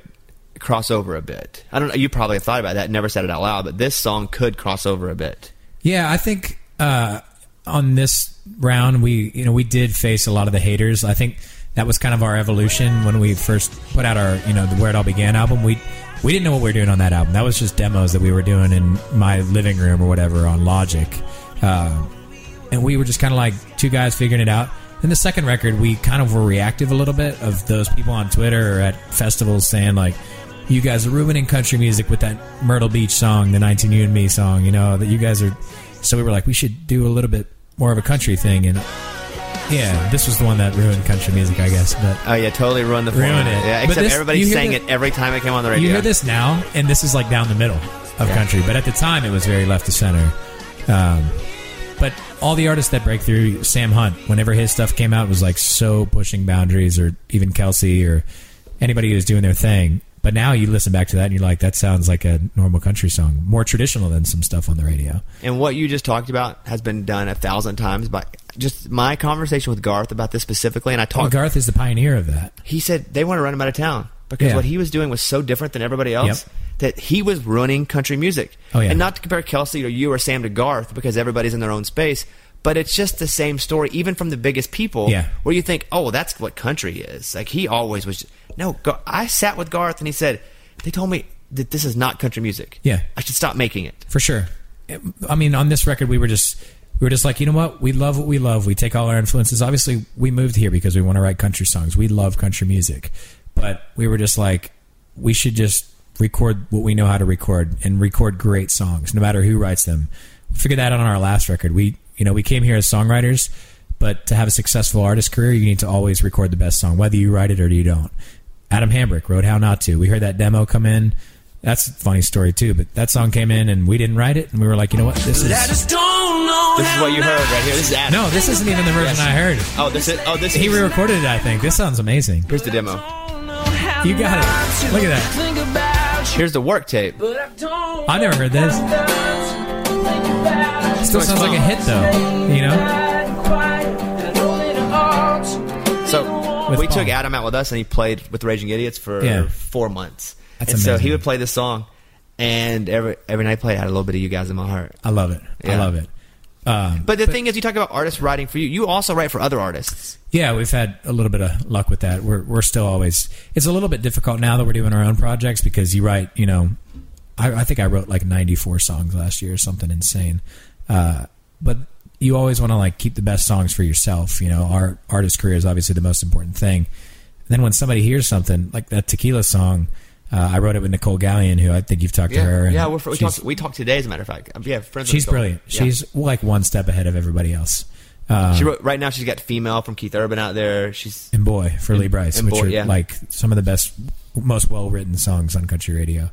cross over a bit. I don't know. You probably have thought about that, never said it out loud, but this song could cross over a bit.
Yeah, I think uh, on this round we you know we did face a lot of the haters. I think that was kind of our evolution when we first put out our you know the Where It All Began album. We we didn't know what we were doing on that album. That was just demos that we were doing in my living room or whatever on Logic, uh, and we were just kind of like two guys figuring it out. In the second record, we kind of were reactive a little bit of those people on Twitter or at festivals saying like, "You guys are ruining country music with that Myrtle Beach song, the 19 You and Me song." You know that you guys are. So we were like, we should do a little bit more of a country thing, and yeah, this was the one that ruined country music, I guess. But
Oh yeah, totally ruined the
Ruined
format.
it.
Yeah,
But
except
this-
everybody
you hear
sang
the-
it every time it came on the radio.
you hear this now, and this is like down the middle of country. But at the time, it was very left to center. Um, but all the artists that break through, Sam Hunt, whenever his stuff came out, was like so pushing boundaries, or even Kelsey, or anybody who was doing their thing. But now you listen back to that and you're like, that sounds like a normal country song, more traditional than some stuff on the radio.
And what you just talked about has been done a thousand times by just my conversation with Garth about this specifically, and I
Well,
talked.
Garth is the pioneer of that.
he said they want to run him out of town because
Yeah.
what he was doing was so different than everybody else
Yep.
that he was ruining country music.
Oh, yeah.
And not to compare Kelsey or you or Sam to Garth because everybody's in their own space, but it's just the same story, even from the biggest people.
Yeah.
Where you think, oh, that's what country is. Like he always was. No, Gar- I sat with Garth and he said, they told me that this is not country music.
Yeah.
I should stop making it.
for sure. It- I mean, on this record, we were just we were just like, you know what? We love what we love. We take all our influences. Obviously, we moved here because we want to write country songs. We love country music, but we were just like, we should just record what we know how to record and record great songs, no matter who writes them. We figured that out on our last record. We you know we came here as songwriters, but to have a successful artist career, you need to always record the best song, whether you write it or you don't. Adam Hambrick wrote "How Not to." We heard that demo come in. That's a funny story too. But that song came in and we didn't write it, and we were like, you know what, this is
This is what you heard right here. This is Adam.
no, this isn't even the version I heard.
Oh, this is. Oh, this
He
is.
re-recorded it. I think this sounds amazing.
Here's the demo.
You got it. Look at that.
Here's the work tape.
I never heard this. Still sounds like a hit though. You know,
So
With
we
Paul.
took Adam out with us, and he played with Raging Idiots for
Yeah.
four months.
That's
and so
amazing.
he would play this song, and every every night I played, I had a little bit of you guys in my heart.
I love it. I
Yeah.
love it. Um,
But the thing is, you talk about artists writing for you. You also write for other artists.
yeah, we've had a little bit of luck with that. We're we're still always. It's a little bit difficult now that we're doing our own projects because you write. You know, I, I think I wrote like 94 songs last year or something insane. Uh, but you always want to like keep the best songs for yourself. You know, our artist career is obviously the most important thing. then when somebody hears something like that tequila song, uh, I wrote it with Nicole Gallion, who I think you've talked to her. and
yeah. We're, we
she's-
talked we talked today, as a matter of fact. Yeah, friends. with
She's
Nicole.
brilliant.
Yeah.
She's like one step ahead of everybody else. Uh,
she wrote, right now. She's got female from Keith Urban out there. She's
and boy for Lee Bryce,
and
which
Boy,
are
yeah.
like some of the best, most well written songs on country radio.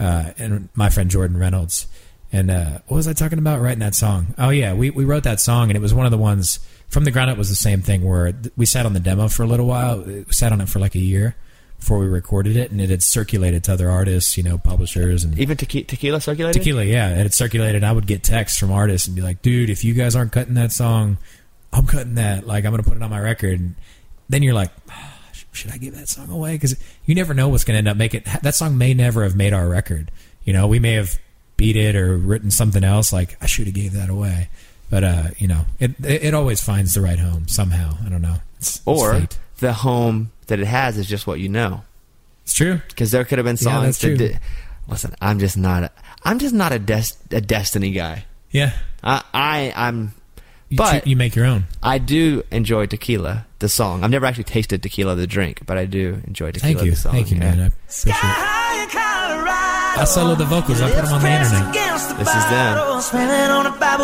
Uh, and my friend Jordan Reynolds. And uh, what was I talking about writing that song? Oh yeah, we we wrote that song, and it was one of the ones from the ground up was the same thing where th- we sat on the demo for a little while, we sat on it for like a year before we recorded it, and it had circulated to other artists, you know, publishers and
even tequi- tequila circulated.
tequila yeah and it circulated and i would get texts from artists and be like dude if you guys aren't cutting that song i'm cutting that like i'm gonna put it on my record and then you're like "Ah, sh- should i give that song away because you never know what's gonna end up making that song may never have made our record you know we may have beat it or written something else like i should have gave that away but uh you know it it it always finds the right home somehow i don't know it's, it's
Or
fate.
the home that it has is just what you know.
it's true
because there could have been
Yeah, that's true.
songs that did. Listen, I'm just not. A, I'm just not a, des- a destiny guy.
yeah
I, I I'm.
you,
But-
choo- you make your own
I do enjoy tequila, the song. I've never actually tasted tequila, the drink, but I do enjoy tequila,
thank you
the song.
thank you
yeah.
man i appreciate it I solo the vocals. I put them on the internet.
This is them.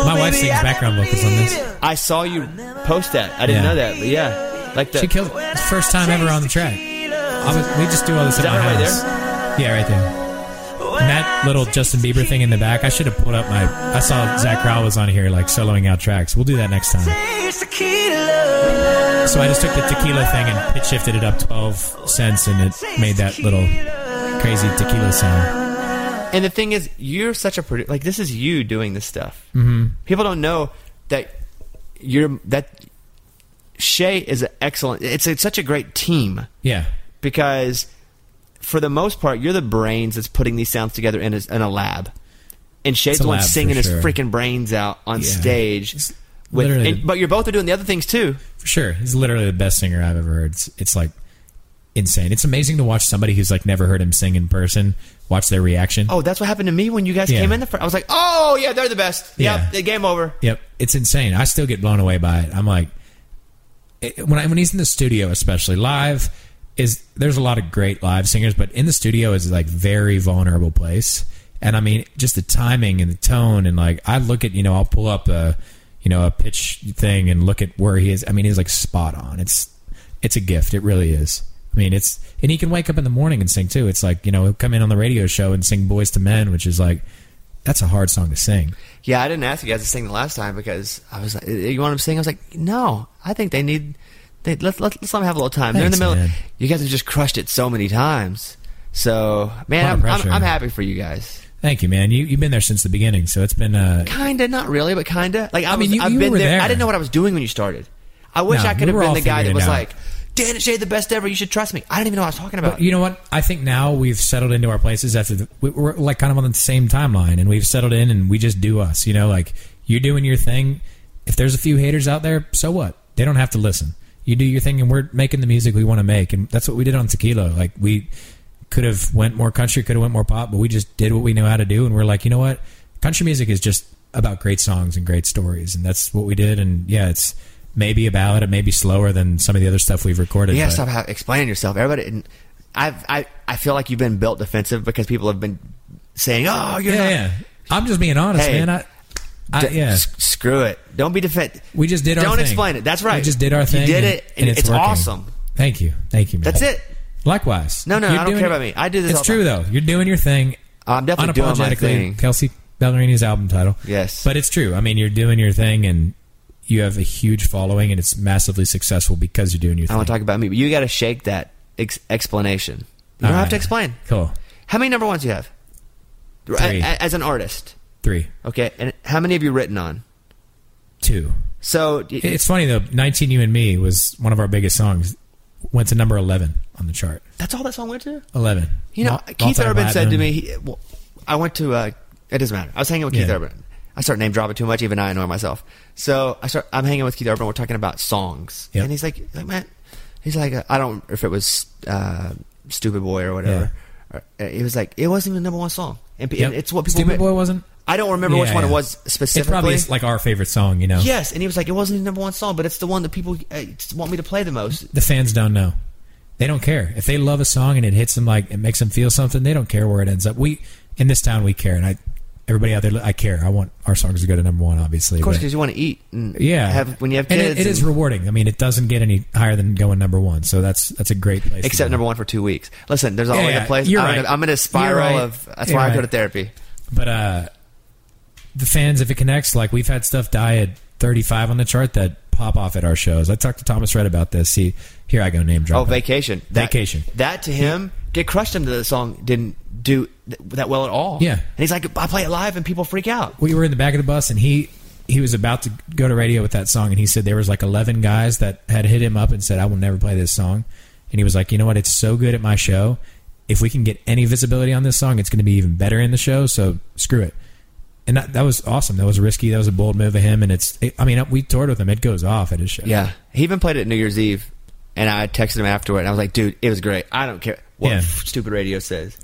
My wife sings background vocals on this.
I saw you post that. I didn't
Yeah.
know that, but yeah, like the
She killed it. It's the first time ever on the track. I was, we just do all this at
that
my
right
house. Yeah, right there. And that little Justin Bieber thing in the back. I should have pulled up my. I saw Zach Crowell was on here like soloing out tracks. We'll do that next time. So I just took the tequila thing and pitch shifted it up twelve cents, and it made that little crazy tequila sound.
And the thing is, you're such a produ- like this is you doing this stuff. Mm-hmm. People don't know that you're that Shay is an excellent. It's, it's such a great team.
Yeah,
because for the most part, you're the brains that's putting these sounds together in a, in a lab. And Shade's
It's a
the one
lab for
singing his
sure.
freaking brains out on
Yeah.
stage.
It's
With,
literally-
and, but you're both are doing the other things too.
For sure. He's literally the best singer I've ever heard. It's, it's like insane. It's amazing to watch somebody who's like never heard him sing in person, watch their reaction.
Oh, that's what happened to me when you guys
Yeah.
came in. The fir- I was like, oh yeah, they're the best.
Yeah.
Yeah, yep, game over.
Yep, it's insane. I still get blown away by it. I'm like, it, when I, when he's in the studio, especially live, is there's a lot of great live singers, but in the studio is like very vulnerable place. And I mean, just the timing and the tone, and like I look at you know I'll pull up a you know a pitch thing and look at where he is. I mean, he's like spot on. It's it's a gift. It really is. I mean, it's and he can wake up in the morning and sing too. It's like you know he'll come in on the radio show and sing "Boys to Men," which is like that's a hard song to sing.
Yeah, I didn't ask you guys to sing the last time because I was like, you want them to sing? I was like, no, I think they need. They, let's let's let's let them have a little time.
Thanks,
They're in the middle.
man.
You guys have just crushed it so many times. So man,
A lot of
I'm, I'm,
pressure.
I'm happy for you guys.
Thank you, man. You you've been there since the beginning, so it's been. Uh,
Kinda, not really, but kinda. Like I,
mean,
was,
you-
I've
you
been
were there.
I didn't know what I was doing when you started. I wish
No,
I
we
could have
were
been
all
the guy
figuring
that
it
was
out.
like, Dan and Shay, the best ever. You should trust me. I didn't even know what I was talking about.
but you know what? I think now we've settled into our places after the, we- we're like kind of on the same timeline, and we've settled in, and we just do us. You know, like you're doing your thing. If there's a few haters out there, so what? They don't have to listen. You do your thing, and we're making the music we want to make, and that's what we did on Tequila. Like we could have went more country, could have went more pop, but we just did what we know how to do, and we're like, you know what? Country music is just about great songs and great stories, and that's what we did. And yeah, it's maybe a ballad, it may be slower than some of the other stuff we've recorded.
You gotta
but-
stop how, explaining yourself. Everybody, and I've, I, I feel like you've been built defensive because people have been saying, "Oh, you're
yeah,
not."
yeah. I'm just being honest,
Hey,
man. I, I
D-
yeah.
s- screw it. Don't be defensive.
we just did our.
Don't
thing.
explain it. That's right.
We just did our thing.
You did it, and, it's,
working.
awesome.
Thank you, thank you, man.
That's it.
Likewise.
No, no, I don't
doing-
care about me. I do this
It's
all
true though. You're doing your thing.
I'm definitely doing my
unapologetically.
thing.
Kelsey Ballerini's album title.
Yes.
but it's true. I mean, you're doing your thing, and you have a huge following, and it's massively successful because you're doing your
I
thing.
want to talk about me, but you got to shake that ex- explanation. You don't
All
have to
right.
explain.
Cool.
How many number ones do you have? A-
Three.
a- as an artist,
Three,
okay. And how many have you written on?
two.
So y-
It's funny though. 19 You and Me was one of our biggest songs. Went to number 11 on the chart.
that's all that song went to.
11.
You know,
Mul-
Keith Urban said to
multi-platinum.
me, he, well, I went to, uh, it doesn't matter. I was hanging with Keith
Yeah.
Urban. I start name dropping too much, even I annoy myself. So I start, I'm hanging with Keith Urban. We're talking about songs.
Yep.
And he's like, he's like, man, he's like, uh, I don't, if it was, uh, Stupid Boy or whatever. Or, uh, It was like, it wasn't even the number one song. And, p-
Yep.
and it's what people,
Stupid Boy wasn't?
I don't remember which
Yeah,
one it
yeah.
was
It's probably
specifically.
like our favorite song, you know.
yes. And he was like, it wasn't the number one song, but it's the one that people uh, want me to play the most.
The fans don't know. They don't care. If they love a song and it hits them like it makes them feel something, they don't care where it ends up. We in this town we care and I everybody out there I care. I want our songs to go to number 1 obviously.
Of course,
but-
because you want to eat and
yeah.
have, when you have
And
kids.
it- it is
and-
rewarding. I mean, it doesn't get any higher than going number 1. So that's that's a great place. to
except
be.
number one for two weeks. Listen, there's always
yeah,
a place.
you're
I'm,
right.
in a, I'm in a spiral
You're right.
of. That's
You're
why I go
right.
to therapy.
But uh the fans, if it connects, like we've had stuff die at 35 on the chart that pop off at our shows. I talked to Thomas Red about this. He here I go name drop.
Oh,
it.
vacation, That-
Vacation.
That to him, get crushed into the song didn't do th- that well at all.
Yeah.
and he's like, I play it live and people freak out.
we were in the back of the bus and he he was about to go to radio with that song and he said there was like 11 guys that had hit him up and said i will never play this song and he was like you know what it's so good at my show if we can get any visibility on this song it's going to be even better in the show so screw it and that, that was awesome that was risky that was a bold move of him and it's it, i mean we toured with him it goes off at his show
Yeah, he even played it New Year's Eve, and I texted him afterward, and I was like, dude, it was great. I don't care what
Yeah.
stupid radio says.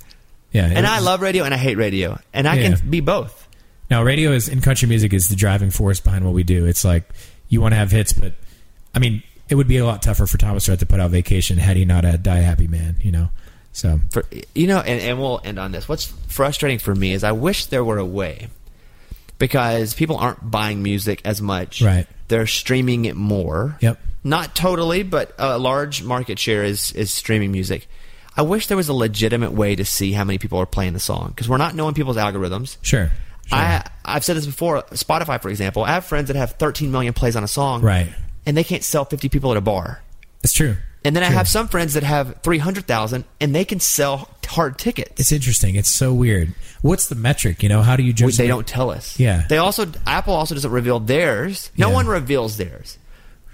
yeah it
And I
was-
love radio, and I hate radio, and I
Yeah.
can be both.
Now, radio is in country music is the driving force behind what we do. It's like you want to have hits, but I mean, it would be a lot tougher for Thomas Rhett to put out Vacation had he not had Die Happy Man, you know. So
for you know and, and we'll end on this what's frustrating for me is i wish there were a way because people aren't buying music as much
Right.
they're streaming it more
Yep.
not totally but a large market share is is streaming music i wish there was a legitimate way to see how many people are playing the song because we're not knowing people's algorithms
sure, sure.
I I've said this before. Spotify, for example, I have friends that have 13 million plays on a song,
Right.
And they can't sell 50 people at a bar.
it's true.
And then I
True.
have some friends that have 300,000, and they can sell hard tickets.
It's interesting. It's so weird. What's the metric? You know, how do you
Which
judge?
they
the-
don't tell us.
Yeah.
They also Apple also doesn't reveal theirs. No
Yeah.
one reveals theirs.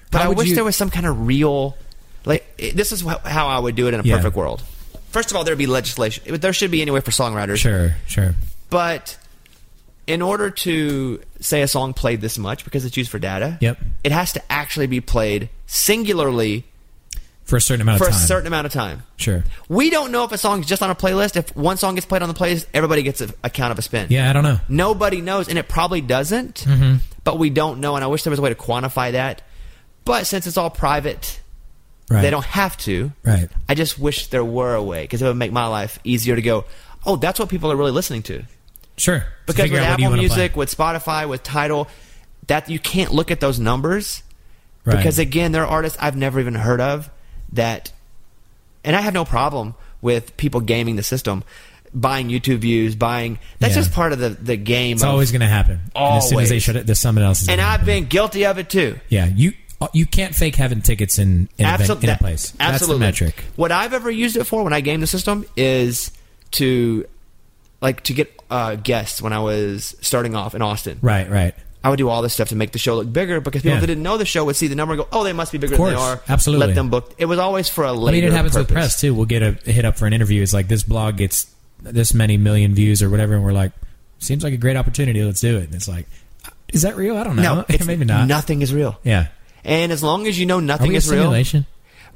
But
How
I
would
wish
you-
there was some kind of real like it- this is wh- how I would do it in a
Yeah.
perfect world. First of all, there'd be legislation. It- There should be anyway for songwriters.
Sure, sure.
But in order to say a song played this much, because it's used for data,
Yep.
it has to actually be played singularly
For a certain amount
for
of
a
time.
certain amount of time.
Sure.
We don't know if a song's just on a playlist. If one song gets played on the playlist, everybody gets a, a count of a spin.
Yeah, Mm-hmm. I don't know.
Nobody knows, and it probably doesn't. But we don't know, and I wish there was a way to quantify that. But since it's all private,
Right.
they don't have to.
Right.
I just wish there were a way because it would make my life easier to go. Oh, that's what people are really listening to.
Sure.
Because
Figure
with
out what you
Apple
wanna play.
Music, with Spotify, with Tidal, that you can't look at those numbers
Right.
because again, there are artists I've never even heard of that, and I have no problem with people gaming the system, buying YouTube views, buying. That's
Yeah.
just part of the the game.
It's always going to happen. And as soon as they
Always.
shut it, there's something else. is
and
gonna
I've
happen.
been guilty of it too.
Yeah, you uh, you can't fake having tickets in in, a,
Absol-
venue- in a
that-
place.
Absolutely.
That's the metric.
What I've ever used it for when I game the system is to, like, to get uh, guests when I was starting off in Austin.
Right, right.
I would do all this stuff to make the show look bigger because people
Yeah.
that didn't know the show would see the number and go, "Oh, they must be bigger
Of
than they
course.
are."
Absolutely.
let them book. It was always for a
I
later.
mean, it happens with
purpose.
press too. We'll get a hit up for an interview. It's like this blog gets this many million views or whatever, and we're like, seems like a great opportunity. Let's do it. And it's like, is that real? I don't know. [laughs]
No, it's,
maybe not.
Nothing is real.
Yeah.
And as long as you know
Are
nothing
we a
is real,
simulation?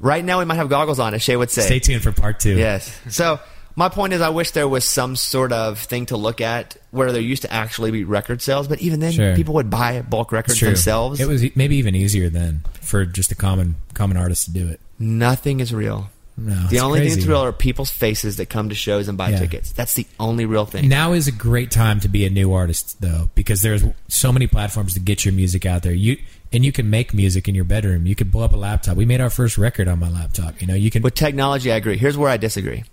right now we might have goggles on, as Shay would say.
Stay tuned for part two.
Yes. So my point is, I wish there was some sort of thing to look at where there used to actually be record sales, but even then,
Sure.
people would buy bulk
It's
records
true.
themselves.
It was e- maybe even easier then for just a common common artist to do it.
nothing is real.
No,
the
it's
only thing that's
crazy.
real are people's faces that come to shows and buy
Yeah.
tickets. That's the only real thing.
Now is a great time to be a new artist, though, because there's so many platforms to get your music out there. You and you can make music in your bedroom. You can blow up a laptop. We made our first record on my laptop. You know, you can.
With technology, I agree. Here's where I disagree.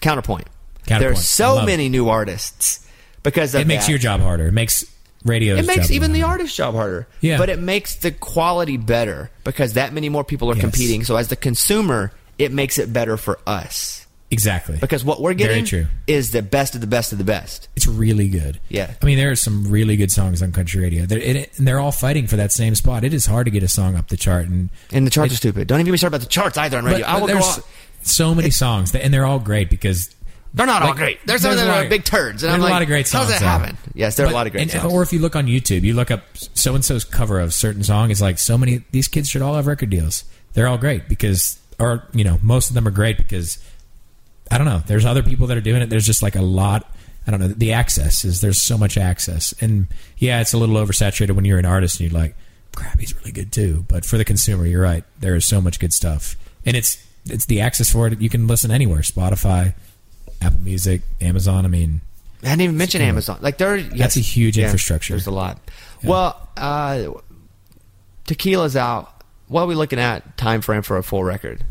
Counterpoint. There are
Counterpoint. I
so
love
many new artists because of
it makes
that.
your job harder. It makes radio.
It makes even the artist's job harder.
Yeah.
But it makes the quality better because that many more people are
Yes.
competing. So as the consumer, it makes it better for us
exactly
because what we're
Very
getting
true.
is the best of the best of the best.
It's really good.
Yeah.
I mean, there are some really good songs on country radio. They're, it, and they're all fighting for that same spot. It is hard to get a song up the chart, and
And the charts are stupid. Don't even get me started about the charts either on radio. I will go
there's
on.
so many songs, that, and they're all great because
They're not all
Like,
great. There's some
there's
that
a lot
are
of-
big turds. And
there's
I'm
a
like,
lot of great songs
How does that
out
happen? Yes, there are a
But-
lot of great
and-
songs.
Or if you look on YouTube, you look up so and so's cover of certain song. It's like so many. These kids should all have record deals. They're all great because, or you know, most of them are great because I don't know. There's other people that are doing it. There's just like a lot. I don't know. The access is there's so much access, and yeah, it's a little oversaturated when you're an artist and you're like, crap, he's really good too. But for the consumer, you're right. There is so much good stuff, and it's it's the access for it. You can listen anywhere: Spotify, Apple Music, Amazon. I mean,
I didn't even mention Amazon. Like there, yes,
a huge infrastructure.
There's a lot. Well, uh, tequila's out. What are we looking at time frame for a full record?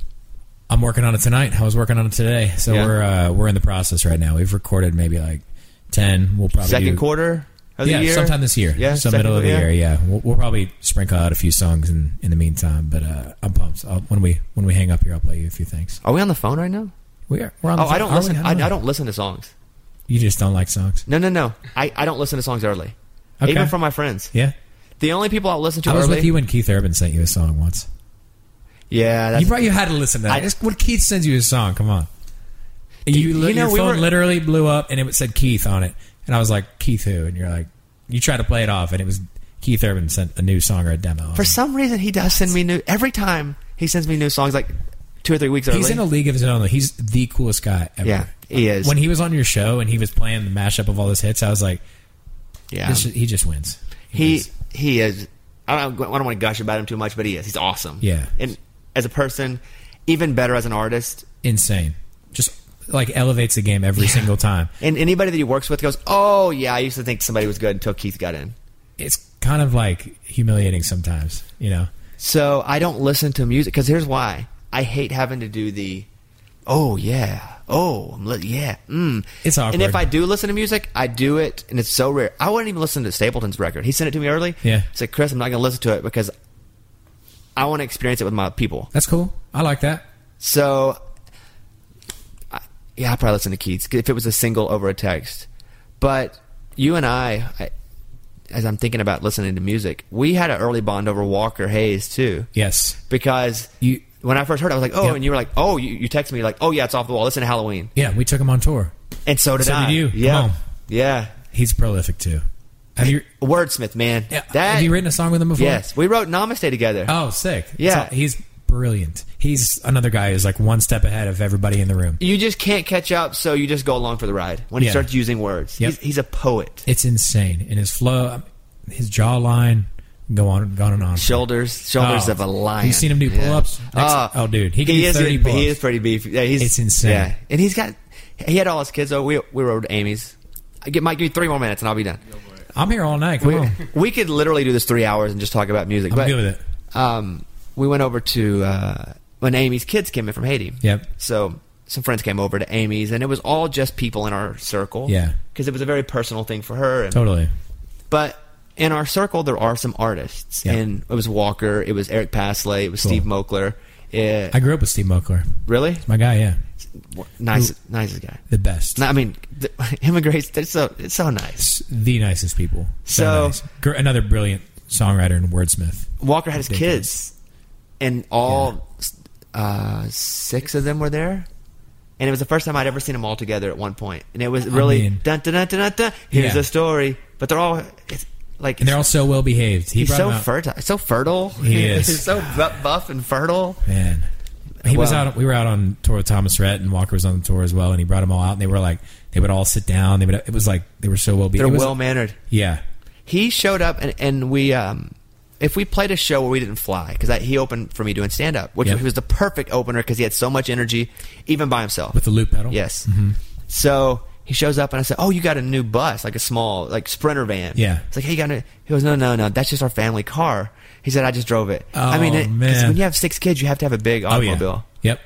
I'm working on it tonight. I was working on it today, so
Yeah.
we're uh, we're in the process right now. We've recorded maybe like ten. We'll probably
Second
do-
quarter of
yeah,
the year,
sometime this year.
Yeah,
so
second-
middle of the
yeah.
year. Yeah, we'll, we'll probably sprinkle out a few songs in, in the meantime. But uh, I'm pumped. I'll, when we when we hang up here, I'll play you a few things.
Are we on the phone right now?
We are. We're on.
Oh,
the phone.
I don't
Are
listen.
we?
I,
know.
I don't listen to songs.
You just don't like songs.
No, no, no. I, I don't listen to songs early,
Okay.
even from my friends.
Yeah,
The only people I listen to
I was
early.
with you when Keith Urban sent you a song once.
Yeah, that's
You probably had to listen to that.
I-
It's when Keith sends you a song, come on. You, li-
you know,
your
we
phone
were-
literally blew up and it said Keith on it, and I was like Keith who? And you're like, you try to play it off, and it was Keith Urban sent a new song or a demo.
for some reason he does send me new every time he sends me new songs like two or three weeks early.
He's in a league of his own. though. He's the coolest guy ever.
Yeah, he is.
When he was on your show and he was playing the mashup of all his hits, I was like,
yeah.
this, he just wins.
He
wins.
he is. I don't, I don't want to gush about him too much, but he is. He's awesome.
Yeah.
and as a person, even better as an artist.
insane. Just like elevates the game every single time.
And anybody that he works with goes, "Oh yeah, I used to think somebody was good until Keith got in."
It's kind of like humiliating sometimes, you know.
So I don't listen to music because here's why: I hate having to do the, "Oh yeah, oh I'm li- yeah." Mm.
It's awkward.
And if I do listen to music, I do it, and it's so rare. I wouldn't even listen to Stapleton's record. He sent it to me early.
Yeah.
I said, "Chris, I'm not going to listen to it because I want to experience it with my people."
That's cool. I like that.
So, I, yeah, I probably listen to Keats if it was a single over a text. But you and I, I, as I'm thinking about listening to music, we had an early bond over Walker Hayes too,
Yes.
because
You
when I first heard, it, I was like, oh,
Yep.
and you were like, oh, you, you texted me, you're like, oh yeah, it's off the wall. Listen to Halloween,
Yeah, we took him on tour.
and so did
So
I.
did you. Come
Yeah,
on.
yeah.
He's prolific too. Have you?
Wordsmith, man.
Yeah,
That-
have you written a song with him before?
Yes, we wrote Namaste together.
Oh, sick.
Yeah.
So he's brilliant. He's another guy who's like one step ahead of everybody in the room.
you just can't catch up, so you just go along for the ride when he
Yeah.
starts using words.
Yep.
He's, he's a poet.
It's insane. And his flow, um, his jawline, go on, gone and on.
Shoulders, shoulders
Oh.
of a lion.
You seen him do
Yeah.
pull-ups? Next- oh, dude, he can do
is,
30
He
pull-ups.
is pretty beefy. Yeah, he's,
It's insane.
Yeah, and he's got. He had all his kids. though. we we rode Amy's. I get Mike. Give me three more minutes, and I'll be done.
I'm here all night. Come
We,
on.
we could literally do this three hours and just talk about music.
Oh. I'm
but,
good with it.
Um, we went over to uh, when Amy's kids came in from Haiti.
Yep.
So some friends came over to Amy's, and it was all just people in our circle.
Yeah.
Because it was a very personal thing for her. And,
Totally.
But in our circle, there are some artists,
Yeah.
and it was Walker, it was Eric Pasley, it was
Cool.
Steve Mokler. Yeah.
I grew up with Steve Mokler.
really
My guy, yeah.
nice, nicest guy.
The best.
No, I mean, the, [laughs] him and Grace, they're so it's so nice.
S- the nicest people.
So-
nice. Gr- another brilliant songwriter and wordsmith.
Walker had his
Ridiculous.
kids, and all uh, six of them were there. And it was the first time I'd ever seen them all together at one point, and it was really
mean-
dun dun dun dun dun. dun here's
Yeah.
a story, but they're all it's, like
And they're all so well behaved. He
he's
brought
so
him out.
fertile, so fertile. [laughs]
He is.
he's so bu- buff and fertile.
Man. He was
Wow.
out. We were out on tour with Thomas Rhett, and Walker was on the tour as well. And he brought them all out, and they were like, they would all sit down. They would. It was like they were so well
They're
behaved.
well mannered.
Yeah,
He showed up, and, and we um, if we played a show where we didn't fly because he opened for me doing stand up, which
Yep.
was the perfect opener because he had so much energy, even by himself.
with the loop pedal.
Yes. So he shows up and I said, "Oh, you got a new bus, like a small, like sprinter van."
Yeah.
It's like, "Hey, you got a?" He goes, "No, no, no. That's just our family car." He said, "I just drove it." I
Oh,
mean, it, 'cause
man.
when you have six kids, you have to have a big
Oh yeah.
automobile.
Yep.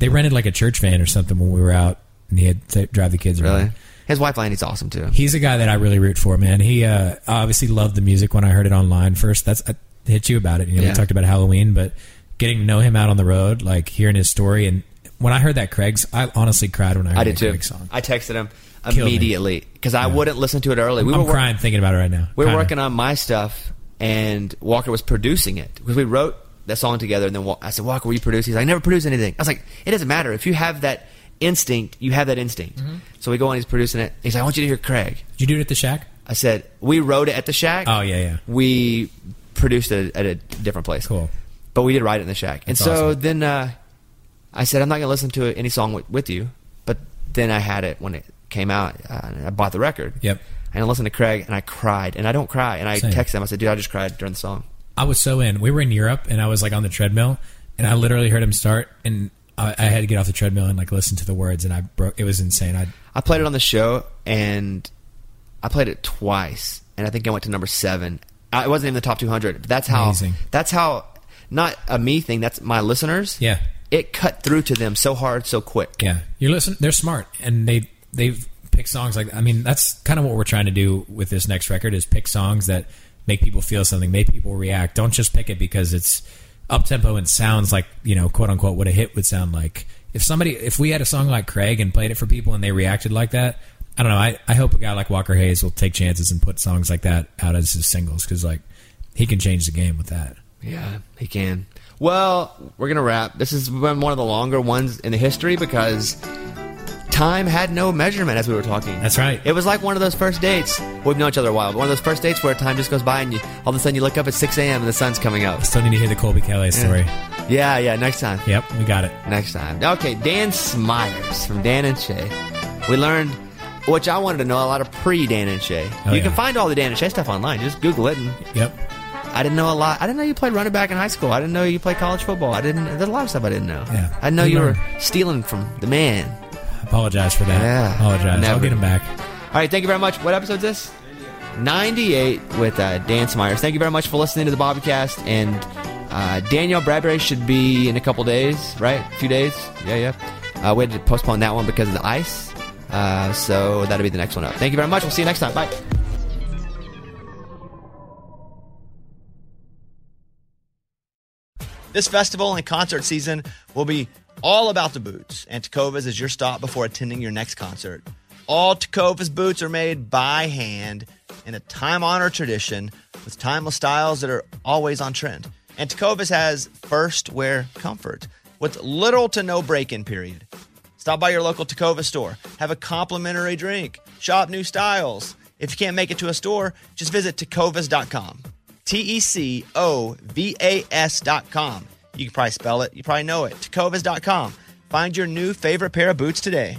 They rented like a church van or something when we were out, and he had to drive the kids around.
Really. His wife Lanny's awesome too.
He's a guy that I really root for, man. He uh, obviously loved the music when I heard it online first. That's I hit you about it. You know,
Yeah.
we talked about Halloween, but getting to know him out on the road, like hearing his story, and when I heard that Craig's, I honestly cried when I heard
I did
that
too.
Craig song.
I texted him
Killed me.
immediately because I wouldn't listen to it early. We
I'm
were wor-
crying thinking about it right now.
We were
Kinda.
working on my stuff, and Walker was producing it because we wrote that song together. And then Wa- I said, "Walker, will you produce?" He's like, "I never produce anything." I was like, "It doesn't matter if you have that instinct. You have that instinct." So we go and he's producing it. He's like, "I want you to hear Craig."
Did you do it at the shack?
I said, "We wrote it at the shack."
Oh, yeah, yeah.
We produced it at a different place.
Cool.
But we did write it in the shack, and
That's
so
awesome.
then uh, I said, "I'm not going to listen to any song with, with you." But then I had it when it came out. Uh, and I bought the record.
Yep.
And I listened to Craig, and I cried, and I don't cry, and I
Same.
texted him. I said, "Dude, I just cried during the song."
I was so in. We were in Europe, and I was like on the treadmill, and I literally heard him start, and I, I had to get off the treadmill and like listen to the words, and I broke. It was insane. I
I played it on the show, and I played it twice, and I think I went to number seven. I it wasn't even the top 200. But that's how.
Amazing.
That's how. Not a me thing. That's my listeners.
Yeah.
It cut through to them so hard, so quick.
Yeah, you're listen. They're smart, and they they've picked songs like. I mean, that's kind of what we're trying to do with this next record is pick songs that make people feel something, make people react. Don't just pick it because it's up tempo and sounds like you know, quote unquote, what a hit would sound like. If somebody, if we had a song like Craig and played it for people and they reacted like that, I don't know. I, I hope a guy like Walker Hayes will take chances and put songs like that out as his singles because like he can change the game with that.
Yeah, he can. Well, we're gonna wrap. This has been one of the longer ones in the history because time had no measurement as we were talking.
That's right.
It was like one of those first dates. We've known each other a while, but one of those first dates where time just goes by and you, all of a sudden you look up at 6 a.m. and the sun's coming up.
Still need to hear the Colby Kelly story.
Yeah, yeah. Next time.
Yep, we got it.
Next time. Okay, Dan Smyers from Dan and Shay. We learned. Which I wanted to know a lot of pre Dan and Shay.
Oh,
you
yeah.
can find all the Dan and Shay stuff online. Just Google it and
Yep.
I didn't know a lot. I didn't know you played running back in high school. I didn't know you played college football. I didn't. There's a lot of stuff I didn't know.
Yeah.
I didn't know
You
you were
learn.
stealing from the man.
Apologize for that.
Yeah,
Apologize.
never.
I'll get him back.
All right. Thank you very much. What episode is this? 98 with uh, Dan Smyers. Thank you very much for listening to the Bobcast. And uh, Danielle Bradbury should be in a couple days, right? A few days. Yeah, yeah. Uh, we had to postpone that one because of the ice. Uh, so that'll be the next one up. Thank you very much. We'll see you next time. Bye.
This festival and concert season will be all about the boots, and Tacovas is your stop before attending your next concert. All Tacovas boots are made by hand in a time honored tradition with timeless styles that are always on trend. And Tacovas has first wear comfort.
with little to no break in period. Stop by your local Tacova store, have a complimentary drink, shop new styles. If you can't make it to a store, just visit tacovas.com. T E C O V A S.com. You can probably spell it, you probably know it. Tacovas.com. Find your new favorite pair of boots today.